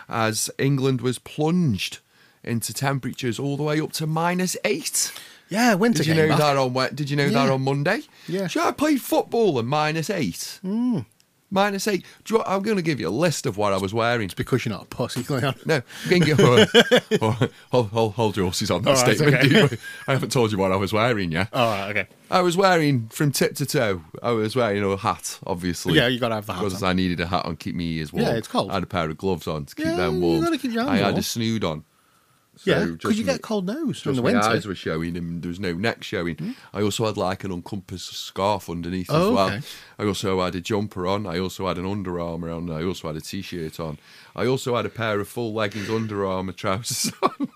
as England was plunged into temperatures all the way up to minus eight. Yeah, winter Did you game. know back. that on Wed- Did you know that Yeah. on Monday? Yeah. Hmm. Should I play football and minus eight? Minus eight. Do you, know- I'm going to give you a list of what I was wearing. because you're not a pussy, [laughs] Leon. No, you [laughs] can get- hold, hold, hold your horses on that All right, statement. okay. do you? [laughs] I haven't told you what I was wearing. Yeah, All right, okay. I was wearing from tip to toe. I was wearing a hat, obviously. Yeah, you gotta have the hat because on. I needed a hat on, keep my ears warm. Yeah, it's cold. I had a pair of gloves on to keep Yeah, them you warm. gotta keep your hands I had warm. a snood on. So Yeah, just because you me- get cold nose in just the my winter. Hmm. eyes were showing and there was no neck showing. I also had like an uncompassed scarf underneath as Oh, well. okay. I also had a jumper on. I also had an Under Armour on. I also had a t-shirt on. I also had a pair of full leggings Under Armour trousers [laughs] on.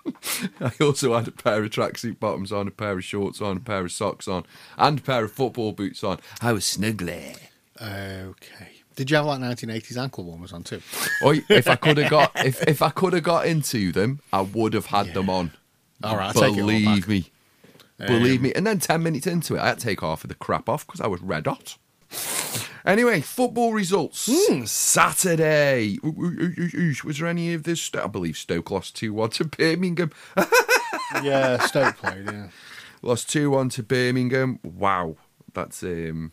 I also had a pair of tracksuit bottoms on, a pair of shorts on, a pair of socks on, and a pair of football boots on. I [laughs] was snuggly. Okay. Did you have like 1980s ankle warmers on too? Oi, if I could have got if, if I could have got into them, I would have had them on. All right, I take it all believe back. me, believe me. And then ten minutes into it, I had to take half of the crap off because I was red hot. Anyway, football results Hmm. Saturday. Ooh, ooh, ooh, ooh, ooh. Was there any of this? Sto- I believe Stoke lost two one to Birmingham. yeah, Stoke played. Yeah. lost two one to Birmingham. Wow, that's um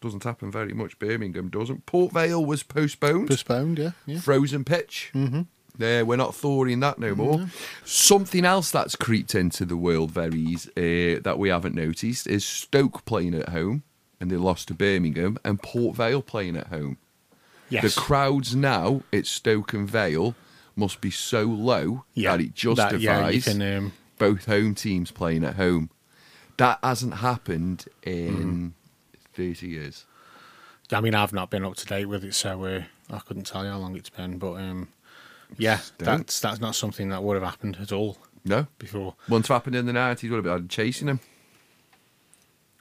doesn't happen very much. Birmingham doesn't. Port Vale was postponed. Postponed. Yeah. Yeah. frozen pitch. Mm-hmm. Yeah, we're not thawing that no more. Something else that's creeped into the world very eas- uh, that we haven't noticed is Stoke playing at home, and they lost to Birmingham, and Port Vale playing at home. Yes. The crowds now at Stoke and Vale must be so low Yeah, that it that- justifies yeah, you can, um, both home teams playing at home. That hasn't happened in Mm-hmm. 30 years. I mean, I've not been up to date with it, so uh, I couldn't tell you how long it's been. But um, yeah, that's that's not something that would have happened at all No, before. Once happened in the nineties, would have been chasing him.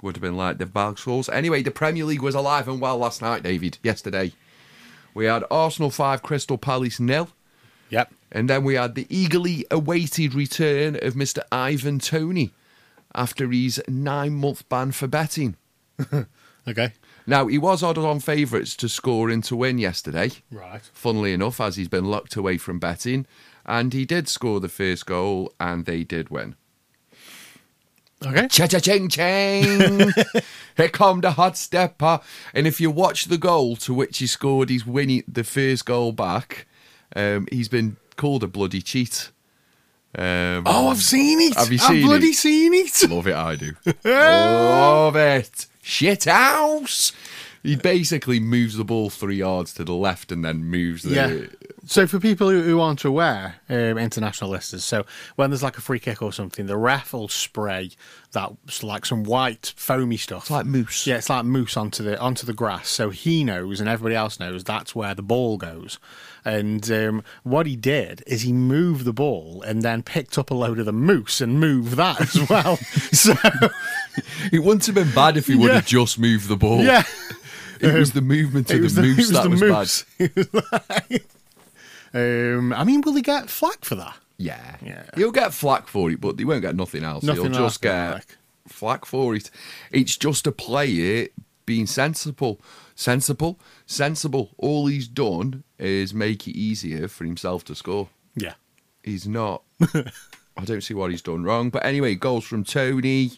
Would have been like the bag scores. Anyway, the Premier League was alive and well last night, David. Yesterday, we had Arsenal five, Crystal Palace nil, Yep. and then we had the eagerly awaited return of Mister Ivan Tony after his nine-month ban for betting. Okay. Now he was odds on favourites to score and to win yesterday Right. funnily enough, as he's been locked away from betting. And he did score the first goal, and they did win. Okay. Cha cha ching ching! [laughs] Here come the hot stepper. And if you watch the goal to which he scored, he's winning the first goal back. Um, he's been called a bloody cheat. Um, Oh, I've seen it. Have you I've seen bloody it? seen it. [laughs] Love it, I do. Love it. Shit house. He basically moves the ball three yards to the left and then moves the. Yeah. So for people who, who aren't aware, um, international listeners, so when there's like a free kick or something, the ref will spray that's like some white foamy stuff. It's like moose. yeah, it's like moose onto the onto the grass. So he knows, and everybody else knows that's where the ball goes. And um, what he did is he moved the ball and then picked up a load of the moose and moved that [laughs] as well. so It wouldn't have been bad if he would have just moved the ball. yeah, It was the movement it of was the the, it was moose that the was moose. [laughs] bad. um, I mean, will he get flack for that? Yeah. Yeah. He'll get flack for it, but he won't get nothing else. Nothing He'll else, just get like. flack for it. It's just a player being sensible. Sensible. Sensible. All he's done is make it easier for himself to score. Yeah. He's not [laughs] I don't see what he's done wrong. But anyway, goals from Tony.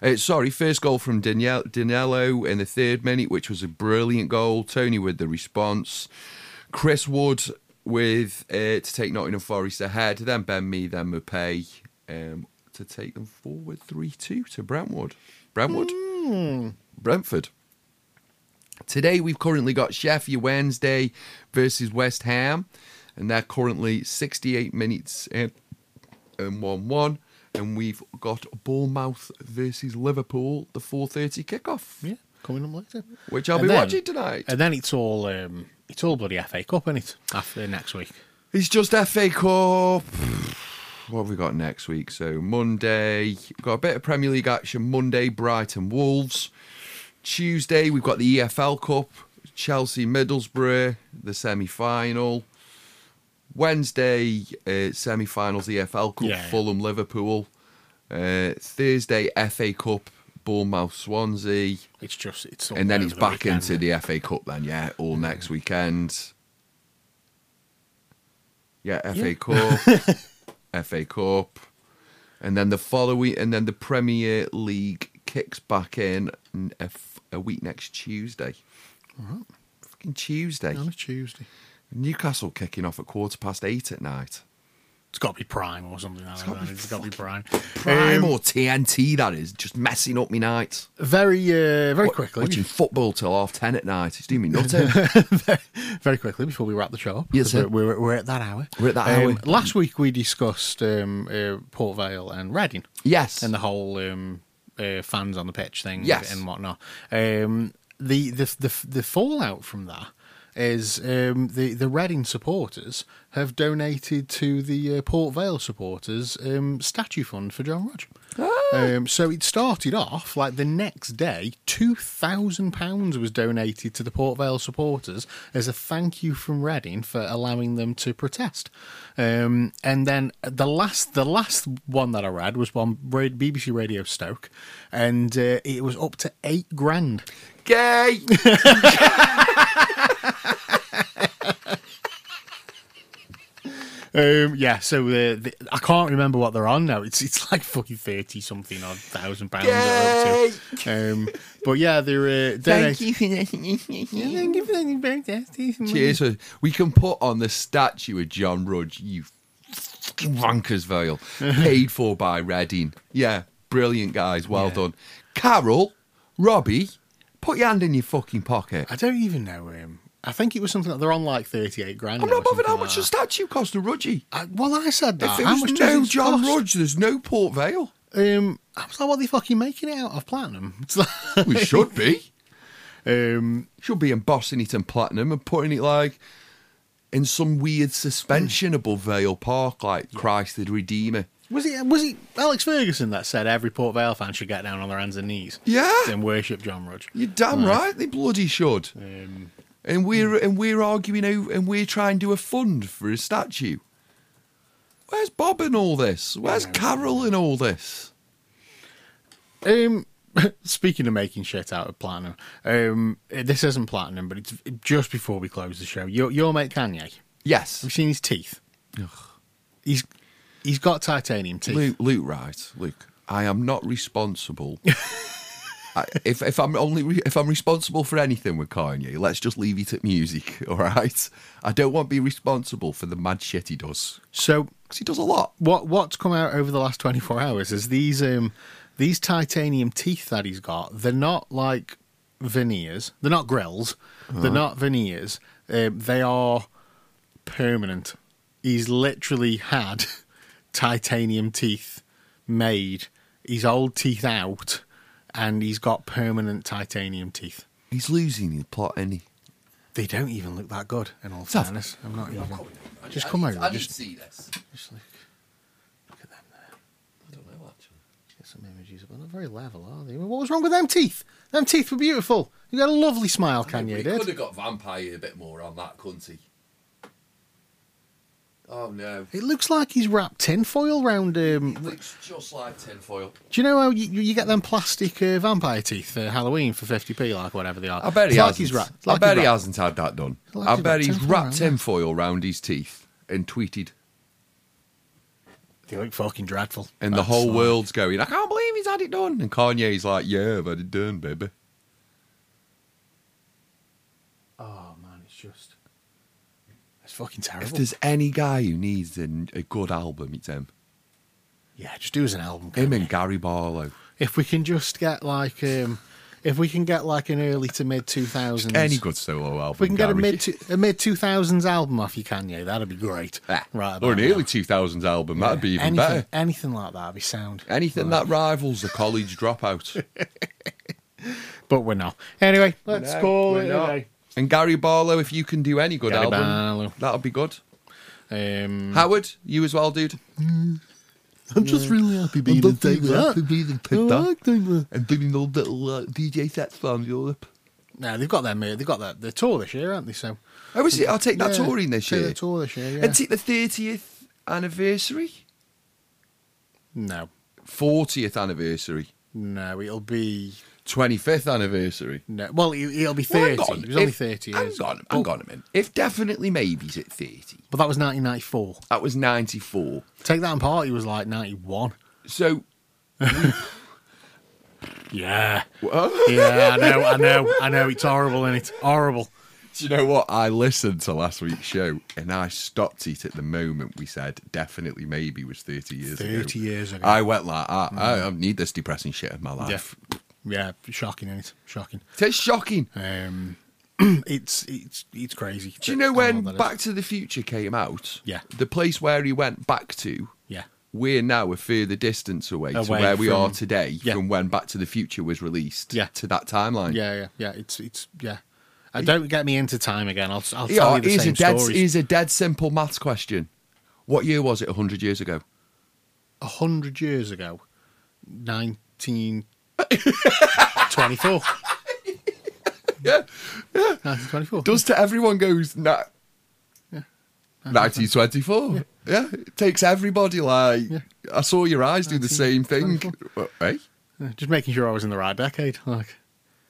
Uh, sorry, first goal from Daniel- Danilo in the third minute, which was a brilliant goal. Tony with the response. Chris Wood with uh, to take Nottingham Forest ahead. Then Ben Me, then Mapay um, to take them forward 3 2 to Brentwood. Brentwood? Brentford. Today we've currently got Sheffield Wednesday versus West Ham, and they're currently 68 minutes in and one one. And we've got Bournemouth versus Liverpool, the four thirty kickoff, Yeah, coming up later. which I'll And be then- watching tonight. And then it's all um, it's all bloody FA Cup, isn't it? After next week. It's just FA Cup. What have we got next week? So Monday, we've got a bit of Premier League action. Monday, Brighton Wolves. Tuesday, we've got the EFL Cup, Chelsea Middlesbrough, the semi final. Wednesday, uh, semi finals, EFL Cup, Yeah, yeah. Fulham Liverpool. Uh, Thursday, FA Cup, Bournemouth Swansea. It's just it's all And then over it's the back weekend. Mm. into the FA Cup then, yeah, all next weekend. Yeah, [laughs] FA Cup, FA Cup, and then the following, and then the Premier League kicks back in n- a, f- a week next Tuesday. Fucking Tuesday. on a Tuesday. Newcastle kicking off at quarter past eight at night. It's got to be Prime or something like gotta that. be It's got to be Prime. Prime Um, or TNT, that is, just messing up me night. very uh, very Wa- quickly. Watching football till half ten at night. It's doing me nothing. [laughs] very quickly before we wrap the show up. Yes, 'cause sir. We're, we're, we're at that hour. We're at that Um, hour. Last week we discussed um, uh, Port Vale and Reading yes. and the whole um, uh, fans on the pitch thing Yes. and whatnot. Um, the, the the the fallout from that is um, the the Reading supporters have donated to the uh, Port Vale supporters um, statue fund for John Rudge. Ah. Um, so it started off like the next day, two thousand pounds was donated to the Port Vale supporters as a thank you from Reading for allowing them to protest. Um, and then the last, the last one that I read was on Ra- BBC Radio Stoke, and uh, it was up to eight grand. gay. Um, yeah, so uh, the, I can't remember what they're on now. It's it's like fucking thirty something odd thousand pounds. they're up to. Um, but yeah, they're uh, donating. you for listening. Thank you for the protest. Cheers. for- We can put on the statue of John Rudge, you fucking [laughs] wankers, Vale. Paid for by Reading. Yeah, brilliant, guys. Well Yeah. done. Carol, Robbie, put your hand in your fucking pocket. I don't even know him. I think it was something like they're on like thirty-eight grand. I'm now not or bothered how something much like a statue cost to Rudgie. that. I, well, I said that. If it how was much does no it John cost? Rudge, there's no Port Vale. Um, I was like, what the fuck are you making it out of platinum? [laughs] It's like, We should be. um, Should be embossing it in platinum and putting it like in some weird suspension above Vale Park, like Christ the Redeemer. was it was it Alex Ferguson that said every Port Vale fan should get down on their hands and knees Yeah. and worship John Rudge? You're damn right. They bloody should. Um, And we're and we're arguing over and we're trying to do a fund for a statue. Where's Bob in all this? Where's Carol in all this? Um, [laughs] speaking of making shit out of platinum, um, this isn't platinum, but it's just before we close the show. Your your mate Kanye, Yes. have you seen his teeth? He's he's got titanium teeth. Luke, Luke, right, Luke. I am [laughs] not responsible. I, if if I'm only re, if I'm responsible for anything with Kanye, let's just leave it at music, [laughs] all right? I don't want to be responsible for the mad shit he does So because he does a lot. what what's come out over the last 24 hours is these um these titanium teeth that he's got they're not like veneers they're not grills they're not veneers um, they are permanent he's literally had [laughs] titanium teeth made his old teeth out and he's got permanent titanium teeth He's losing his plot, and he. they don't even look that good in all Saf- fairness i'm not even just come over just, see this. just look, look at them there I don't know actually. Get some images, but not very level, are they? What was wrong with them teeth? Them teeth were beautiful. You got a lovely smile, Kanye Could did. have got vampire a bit more on that, couldn't he? Oh no, It looks like he's wrapped tinfoil round. Um, looks just like tinfoil. do you know how you, you get them plastic uh, vampire teeth for Halloween for fifty p, like whatever they are? I bet he It's like hasn't. he's wrapped. it's I like bet he's he wrapped- hasn't had that done. like I he's bet wrapped tinfoil round it. he's wrapped tinfoil round his teeth and tweeted. They look fucking dreadful. Oh, And the That's whole like- world's going, I can't believe he's had it done. And Kanye's like, Yeah, I've had it done, baby. Oh man, it's just it's fucking terrible. If there's any guy who needs an, a good album, it's him. yeah, just do as an album. Him can't and you? Gary Barlow. If we can just get like um, if we can get like an early to mid two thousands. Any good solo album. If we can get a Gary. mid two, a mid two thousands album off you, Kanye, that'd be great. Ah, Right, or about an now. early 2000s album, that'd be even anything, better. Anything like that'd be sound. Anything that rivals the college [laughs] dropout. But we're not. Anyway, let's No, call we're it not. a And Gary Barlow, if you can do any good Gary album, Barlow. that'll be good. day. Um, Howard, you as well, dude. I'm just really happy being in think Denver. that. Happy being in Denver. uh, And doing all little uh, DJ sets from Europe. no, they've got their mo- they've got their, their tour this year, haven't they? So Oh, is it? I'll take that Yeah, touring this take year. their tour this year. Yeah. And take the 30th anniversary? no, 40th anniversary. no, it'll be 25th anniversary. no. Well, it, it'll be Well, thirty. hang on. it was only If- thirty years. Hang on, But- hang on a minute. If definitely maybe's at 30, But that was 1994. that was 94. Take That and Party was like 91. So, Yeah. yeah, I know, I know, I know. It's horrible, and it's horrible. Do you know what? I listened to last week's show and I stopped it at the moment we said definitely maybe was 30 years ago. 30 years ago. Mm. I went like, I, I don't need this depressing shit in my life. Yeah. Yeah, shocking, is it? Shocking. It's shocking. Um, [clears throat] it's it's it's crazy. Do you know How when old that is. Back to the Future came out? Yeah. The place where he went back to, Yeah. we're now a further distance away, to Away where we are from- today yeah. from when Back to the Future was released Yeah. to that timeline. Yeah, yeah, yeah. It's it's yeah. Uh, don't get me into time again. I'll I'll Yeah, tell you the here's, a same dead, stories. here's a dead simple maths question. What year was it 100 years ago? A hundred years ago, [laughs] nineteen twenty-four. Yeah. Nineteen twenty-four. does to everyone goes nah. 1924. Yeah. it takes everybody like I saw your eyes do the same thing. Hey, Just making sure I was in the right decade. Like,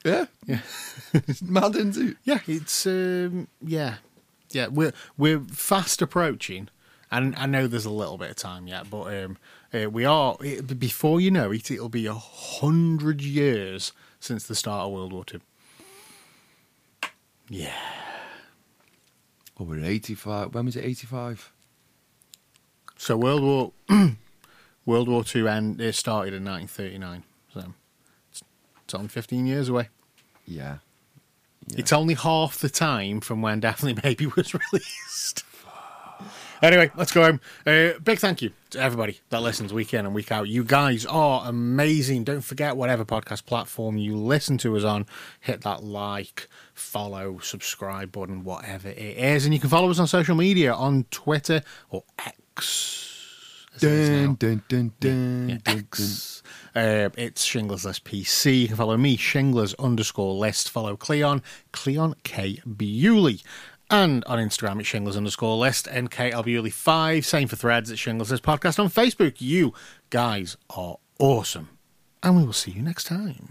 yeah, yeah. it's mad, isn't it? yeah, it's um, yeah, yeah. We're we're fast approaching, and I know there's a little bit of time yet, but um, uh, we are. It, before you know it, it'll be a hundred years since the start of World War Two. Yeah. Oh, we're 85. When was it 85? So World War [clears throat] World War Two and it started in 1939. So it's, it's only 15 years away. Yeah. It's only half the time from when [laughs] Definitely Baby was released. Anyway, let's go home. Uh, big thank you to everybody that listens week in and week out. You guys are amazing. Don't forget, whatever podcast platform you listen to us on, hit that like, follow, subscribe button, whatever it is. And you can follow us on social media on Twitter or X. as it is now. Dun, dun, dun, dun, Yeah, dun, dun. X. Uh, it's Shinglers List PC. You can follow me, Shinglers underscore list. Follow Cleon, Cleon K. Bewley. And on Instagram, it's Shinglers underscore list, NKL Bewley5. Same for threads at Shinglers List Podcast on Facebook. You guys are awesome. And we will see you next time.